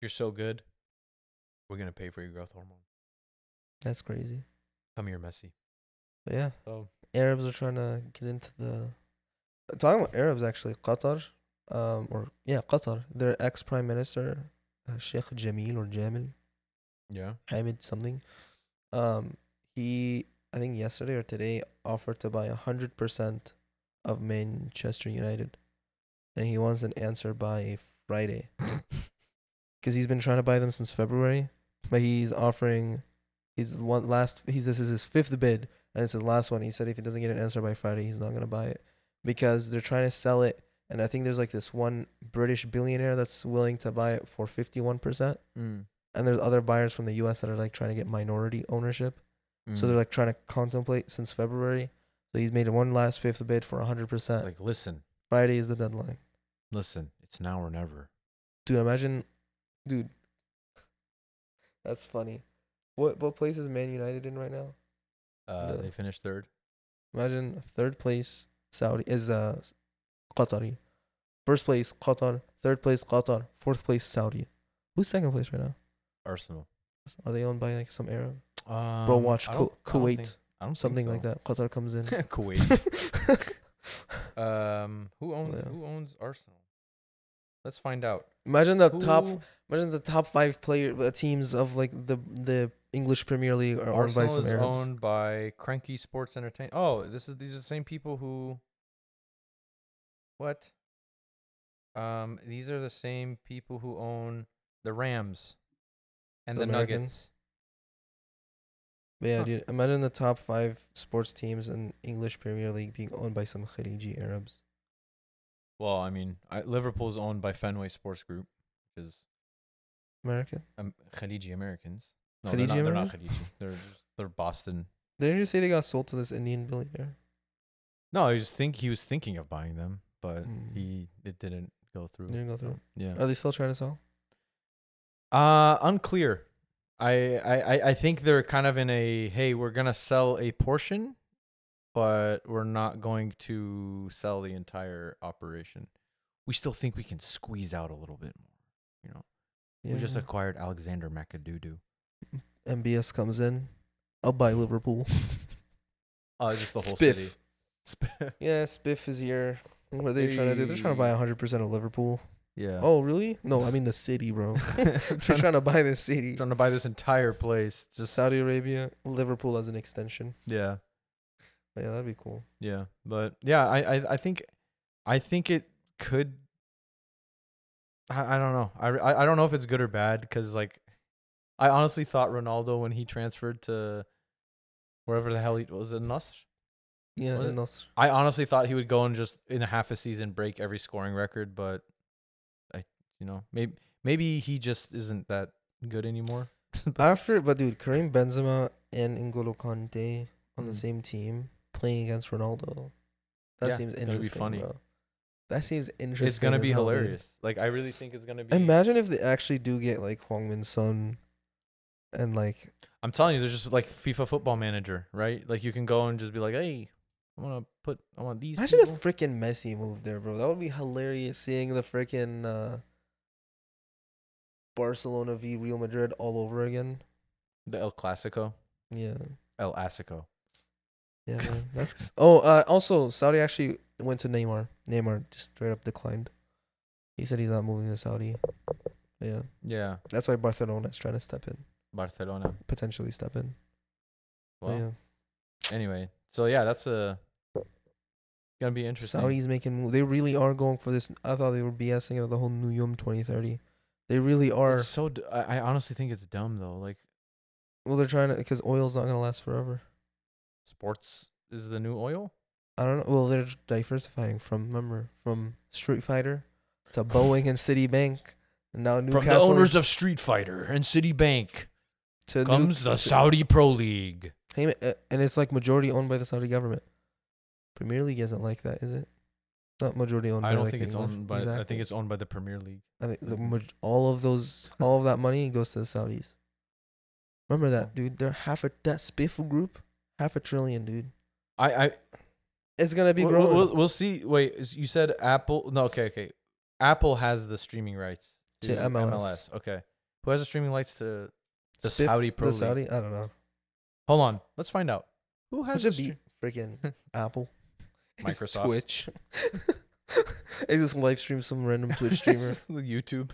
you're so good. We're gonna pay for your growth hormone.
That's crazy.
Come here, Messi."
But yeah,
So
Arabs are trying to get into the. Talking about Arabs, actually, Qatar, um, or yeah, Qatar. Their ex prime minister, uh, Sheikh Jamil or Jamil,
yeah,
Hamid something. Um, he I think yesterday or today offered to buy hundred percent of Manchester United, and he wants an answer by Friday because he's been trying to buy them since February, but he's offering. He's one last. He's this is his fifth bid, and it's his last one. He said if he doesn't get an answer by Friday, he's not gonna buy it because they're trying to sell it. And I think there's like this one British billionaire that's willing to buy it for fifty one percent
Mm,
and there's other buyers from the U.S. that are like trying to get minority ownership. So
mm.
they're like trying to contemplate since February. So he's made one last fifth bid for 100%.
like, listen,
Friday is the deadline.
listen, it's now or never.
Dude, imagine, dude. That's funny. What what place is Man United in right now?
Uh,
No.
They finished third.
Imagine third place Saudi is uh Qatari. First place Qatar, third place Qatar, fourth place Saudi. Who's second place right now?
Arsenal.
Are they owned by like some Arab?
Um,
Bro, watch
I
Ku-
don't- I don't
Kuwait,
think- I don't think
something like
so.
that. Qatar comes in.
Kuwait. Um, who owns
Yeah.
who owns Arsenal? Let's find out.
Imagine the top.
Who-
Imagine the top five player uh, teams of like the the English Premier League are owned by
Arsenal
some
is
Arabs.
owned by Cranky Sports Entertainment. Oh, this is these are the same people who. What? Um, these are the same people who own the Rams, and
The
the
American?
Nuggets.
But yeah,
Huh.
dude. Imagine the top five sports teams in English Premier League being owned by some Khariji Arabs.
Well, I mean, I, Liverpool's owned by Fenway Sports Group, which is
American.
um, Khaliji Americans. No, they're
Khaliji
not, they're not Khaliji. They're just, they're Boston.
Didn't you say they got sold to this Indian billionaire?
No, I just think he was thinking of buying them, but
Mm.
he it didn't go through.
Didn't go through.
Hmm. Yeah.
Are they still trying to sell?
Uh, unclear. I, I, I- I think they're kind of in a hey, we're gonna sell a portion, but we're not going to sell the entire operation. We still think we can squeeze out a little bit more. You know, we just
Yeah.
acquired Alexander Macadudu.
MBS comes in. I'll buy Liverpool.
Uh, just the whole
Spiff.
city. Spiff.
Yeah, Spiff is here. What are they trying to do? They're trying to buy
Hey.
100% of Liverpool.
yeah.
Oh, really? No, I mean the city, bro.
trying,
They're
to,
trying to buy this city.
trying to buy this entire place. Just
Saudi Arabia, Liverpool as an extension.
yeah.
But yeah, that'd be cool.
Yeah, but yeah, I, I, I think, I think it could. I, I don't know. I, re- I I don't know if it's good or bad because like, I honestly thought Ronaldo when he transferred to, wherever the hell he was in Nasr.
Yeah,
Was
and
it-
also-
I honestly thought he would go and just in a half a season break every scoring record, but, I you know maybe maybe he just isn't that good anymore.
after, but dude, Karim Benzema and N'Golo Kante on the
Mm.
same team playing against Ronaldo. That
Yeah,
seems
it's gonna be
interesting.
funny.
Bro. That seems interesting.
It's gonna
as
be
hell, dude.
hilarious. Like I really think it's gonna be.
Imagine if they actually do get like Huang Min Son and like
I'm telling you, there's just like FIFA Football Manager, right? Like you can go and just be like, hey, I want to put, I want these.
Imagine
people."
if freaking Messi moved there, bro. That would be hilarious seeing the freaking uh, Barcelona v Real Madrid all over again.
the El Clasico,
Yeah.
El Asico.
Yeah, man. That's Oh, uh, also Saudi actually went to Neymar. Neymar just straight up declined. He said he's not moving to Saudi. Yeah.
yeah,
That's why Barcelona is trying to step in,
Barcelona.
potentially step in. But
Well, anyway, so yeah, that's a gonna be
yeah.
interesting.
Saudi's making move. They really are going for this. I thought they were BSing about the whole New Yum 2030. They really are.
It's so d- I, I honestly think it's dumb though. Like
Well, they're trying to because oil's not gonna last forever.
sports is the new oil.
I don't know. Well, they're diversifying from remember from Street Fighter to Boeing and Citibank, and now
From
Newcastle
the owners of Street Fighter and Citibank
to New-
comes the
to-
Saudi Pro League.
Hey, ma- uh, and it's like majority owned by the Saudi government. Premier League isn't like that, is it? It's Not majority owned.
I
by
don't
like
think
the
it's
English-
owned by. I
Exactly.
think it's owned by the Premier League.
I think the
Mhm.
maj- all of those, all of that money goes to the Saudis. Remember that, dude. They're half a that spiffle group, half a trillion, dude.
I, I
It's gonna be
We'll-
growing.
We'll, we'll, we'll see. Wait, is- you said Apple? No, okay, okay. Apple has the streaming rights
To MLS.
Okay, who has the streaming rights to? the
Spiff-
Saudi Pro
The
League.
Saudi, I don't know.
Hold on, let's find out. Who has the
Should be
stre-
freaking Apple, It's
Microsoft.
Twitch. I just live stream some random Twitch
It's
streamer.
just the YouTube?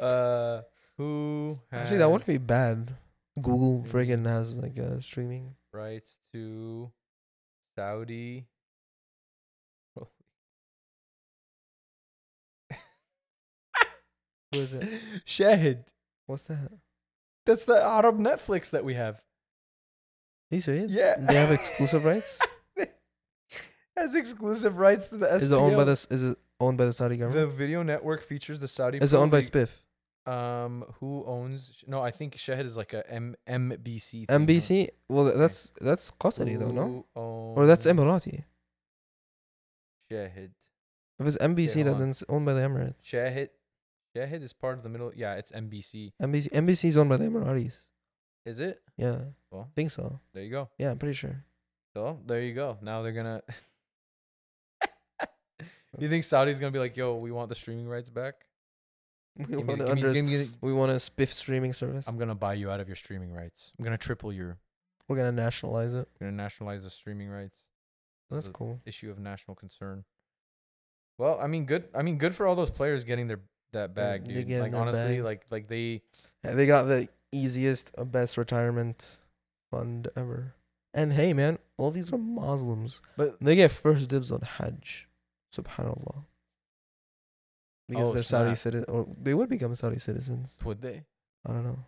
Uh, who has
Actually, that wouldn't be bad. Google
Yeah.
freaking has like uh, streaming.
rights to Saudi? Pro
Who is it?
League? Shahid.
What's that?
That's the Arab Netflix that we have.
Are you serious?
Yeah,
They have exclusive rights.
has exclusive rights to the SPL.
Is it owned by the? Is it owned by the Saudi
The
government?
video network features the Saudi.
is it
Pro
owned by
League.
Spiff?
Um, who owns? No, I think Shahid is like a M- MBC. Thing, huh?
MBC. Well, th- that's that's Qatari though, no?
Who owns
Or that's Emirati.
Shahid.
If it's MBC,
hold
that
on.
then it's owned by the Emirates.
Shahid. Shahid is part of the middle. Yeah, it's MBC.
MBC. MBC is owned by the Emiratis.
Is it?
Yeah, I
Well,
think so.
there you go.
Yeah, I'm pretty sure.
So there you go. Now they're gonna. Do you think Saudi's gonna be like, "Yo, we want the streaming rights back"?
We
Give me
want
the-
to
give me-
under.
give me the-
We want a Spiff streaming service.
I'm gonna buy you out of your streaming rights. I'm gonna triple your.
We're gonna nationalize it.
I'm gonna nationalize the streaming rights. This
That's
is a
cool.
Issue of national concern. Well, I mean, good. I mean, good for all those players getting their that bag,
they're
dude.
getting
Like
their
honestly,
bag.
like like they
Yeah, they got the easiest, uh, best retirement fund ever. And hey, man, all these are Muslims.
But-
they get first dibs on Hajj. Subhanallah. Because
Oh,
they're Saudi
snap.
citizens, or they would become Saudi citizens.
would they.
I don't know.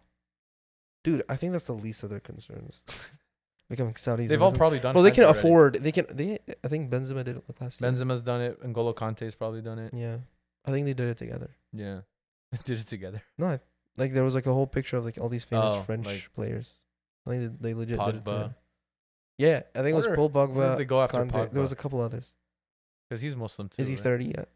Dude, I think that's the least of their concerns. Becoming Saudi
They've all
citizens.
probably done.
Well, they
Hajj
can
already.
afford. They can. They. I think Benzema did it like last year.
Benzema's done it. N'Golo Kante's probably done it.
Yeah, I think they did it together.
Yeah, did it together.
No, I, like there was like a whole picture of like all these famous
Oh,
French
like-
players. I think they, they legit did it.
Pogba.
together. Yeah, I think it was
Wonder-
Paul
Why did they
Pogba.
go after
Conte,
Pogba?
there was a couple others.
because he's Muslim too.
Is he
right?
30 yet?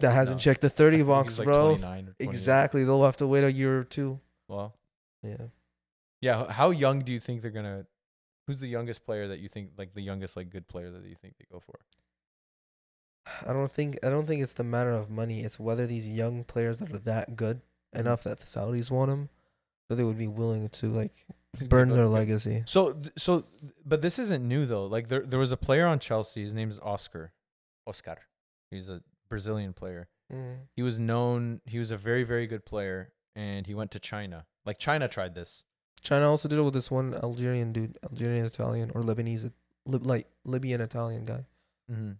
That hasn't
No.
checked the
I
30
think
box,
he's, like,
bro.
29 or 28.
Exactly. They'll have to wait a year or two.
Well,
Yeah.
yeah. h- How young do you think they're gonna? Who's the youngest player that you think like the youngest like good player that you think they go for?
I don't think I don't think it's the matter of money. It's whether these young players that are that good
Mhm.
enough that the Saudis want them, that they would be willing to like burn their legacy.
So, th- so, th- but this isn't new though. Like there, there was a player on Chelsea. His name is Oscar. Oscar. He's a Brazilian player.
Mm.
He was known. He was a very, very good player, and he went to China. Like China tried this.
China also did it with this one Algerian dude, Algerian Italian or Lebanese, Lib- like Libyan Italian guy.
Mm-hmm.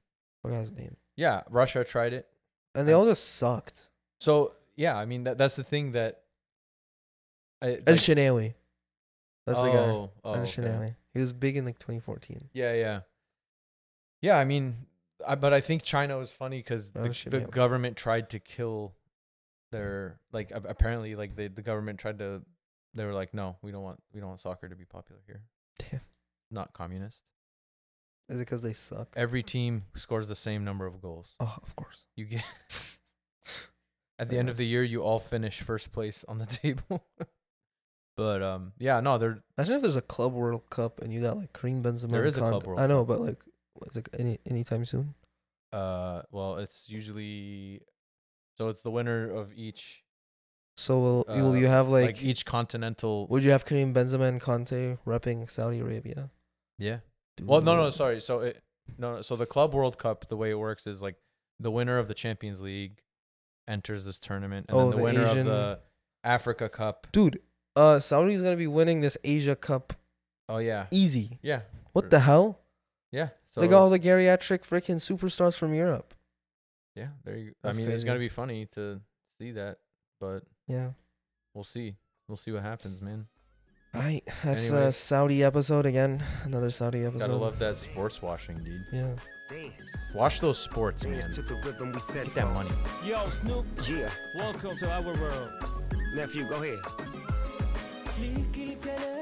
Forgot his name.
Yeah, Russia tried it.
And they all just sucked.
So yeah, I mean that that's the thing that. I,
El
like-
Shinawi. That's the guy.
Oh, oh,
El
okay.
Shinawi. He was big in like 2014.
Yeah, yeah, yeah. I mean, I, but I think China was funny because
Oh,
the,
shit,
the
yeah.
government tried to kill their
Mm-hmm.
like a- apparently like the the government tried to they were like no we don't want we don't want soccer to be popular here
Damn.
not communist
Is it because they suck?
every team scores the same number of goals
Oh, of course.
you get at the end
Uh-huh.
of the year you all finish first place on the table but um yeah no they're
Imagine if there's a Club World Cup and you got like Karim Benzema.
There
and
is a Club
Kante.
World
I know, but like, was it any anytime soon?
uh well it's usually so it's the winner of each
So will, you- will
Uh,
you have
like,
like,
each continental
would you have Karim Benzema and Conte repping Saudi Arabia?
yeah Well, no, no,
Dude.
sorry. So it no, no, so the Club World Cup, the way it works is like the winner of the Champions League enters this tournament, and
Oh,
then the,
the
winner
Asian-
of the Africa Cup.
dude. Uh, Saudi's gonna be winning this Asia Cup
Oh yeah,
easy.
yeah,
What the hell?
yeah. So
they got E all the geriatric freaking superstars from Europe.
yeah, there you. go. I
That's
mean, it's
crazy.
gonna be funny to see that, but
Yeah.
we'll see. We'll see what happens, man.
All right, that's a
Anyways.
Saudi episode again. Another Saudi episode.
Gotta love that sports washing, dude.
Yeah.
Wash those sports, man.
To the rhythm we set
Get that money.
Yo, Snoop,
Yeah,
welcome to our world.
nephew, go ahead.
Leaky Canal.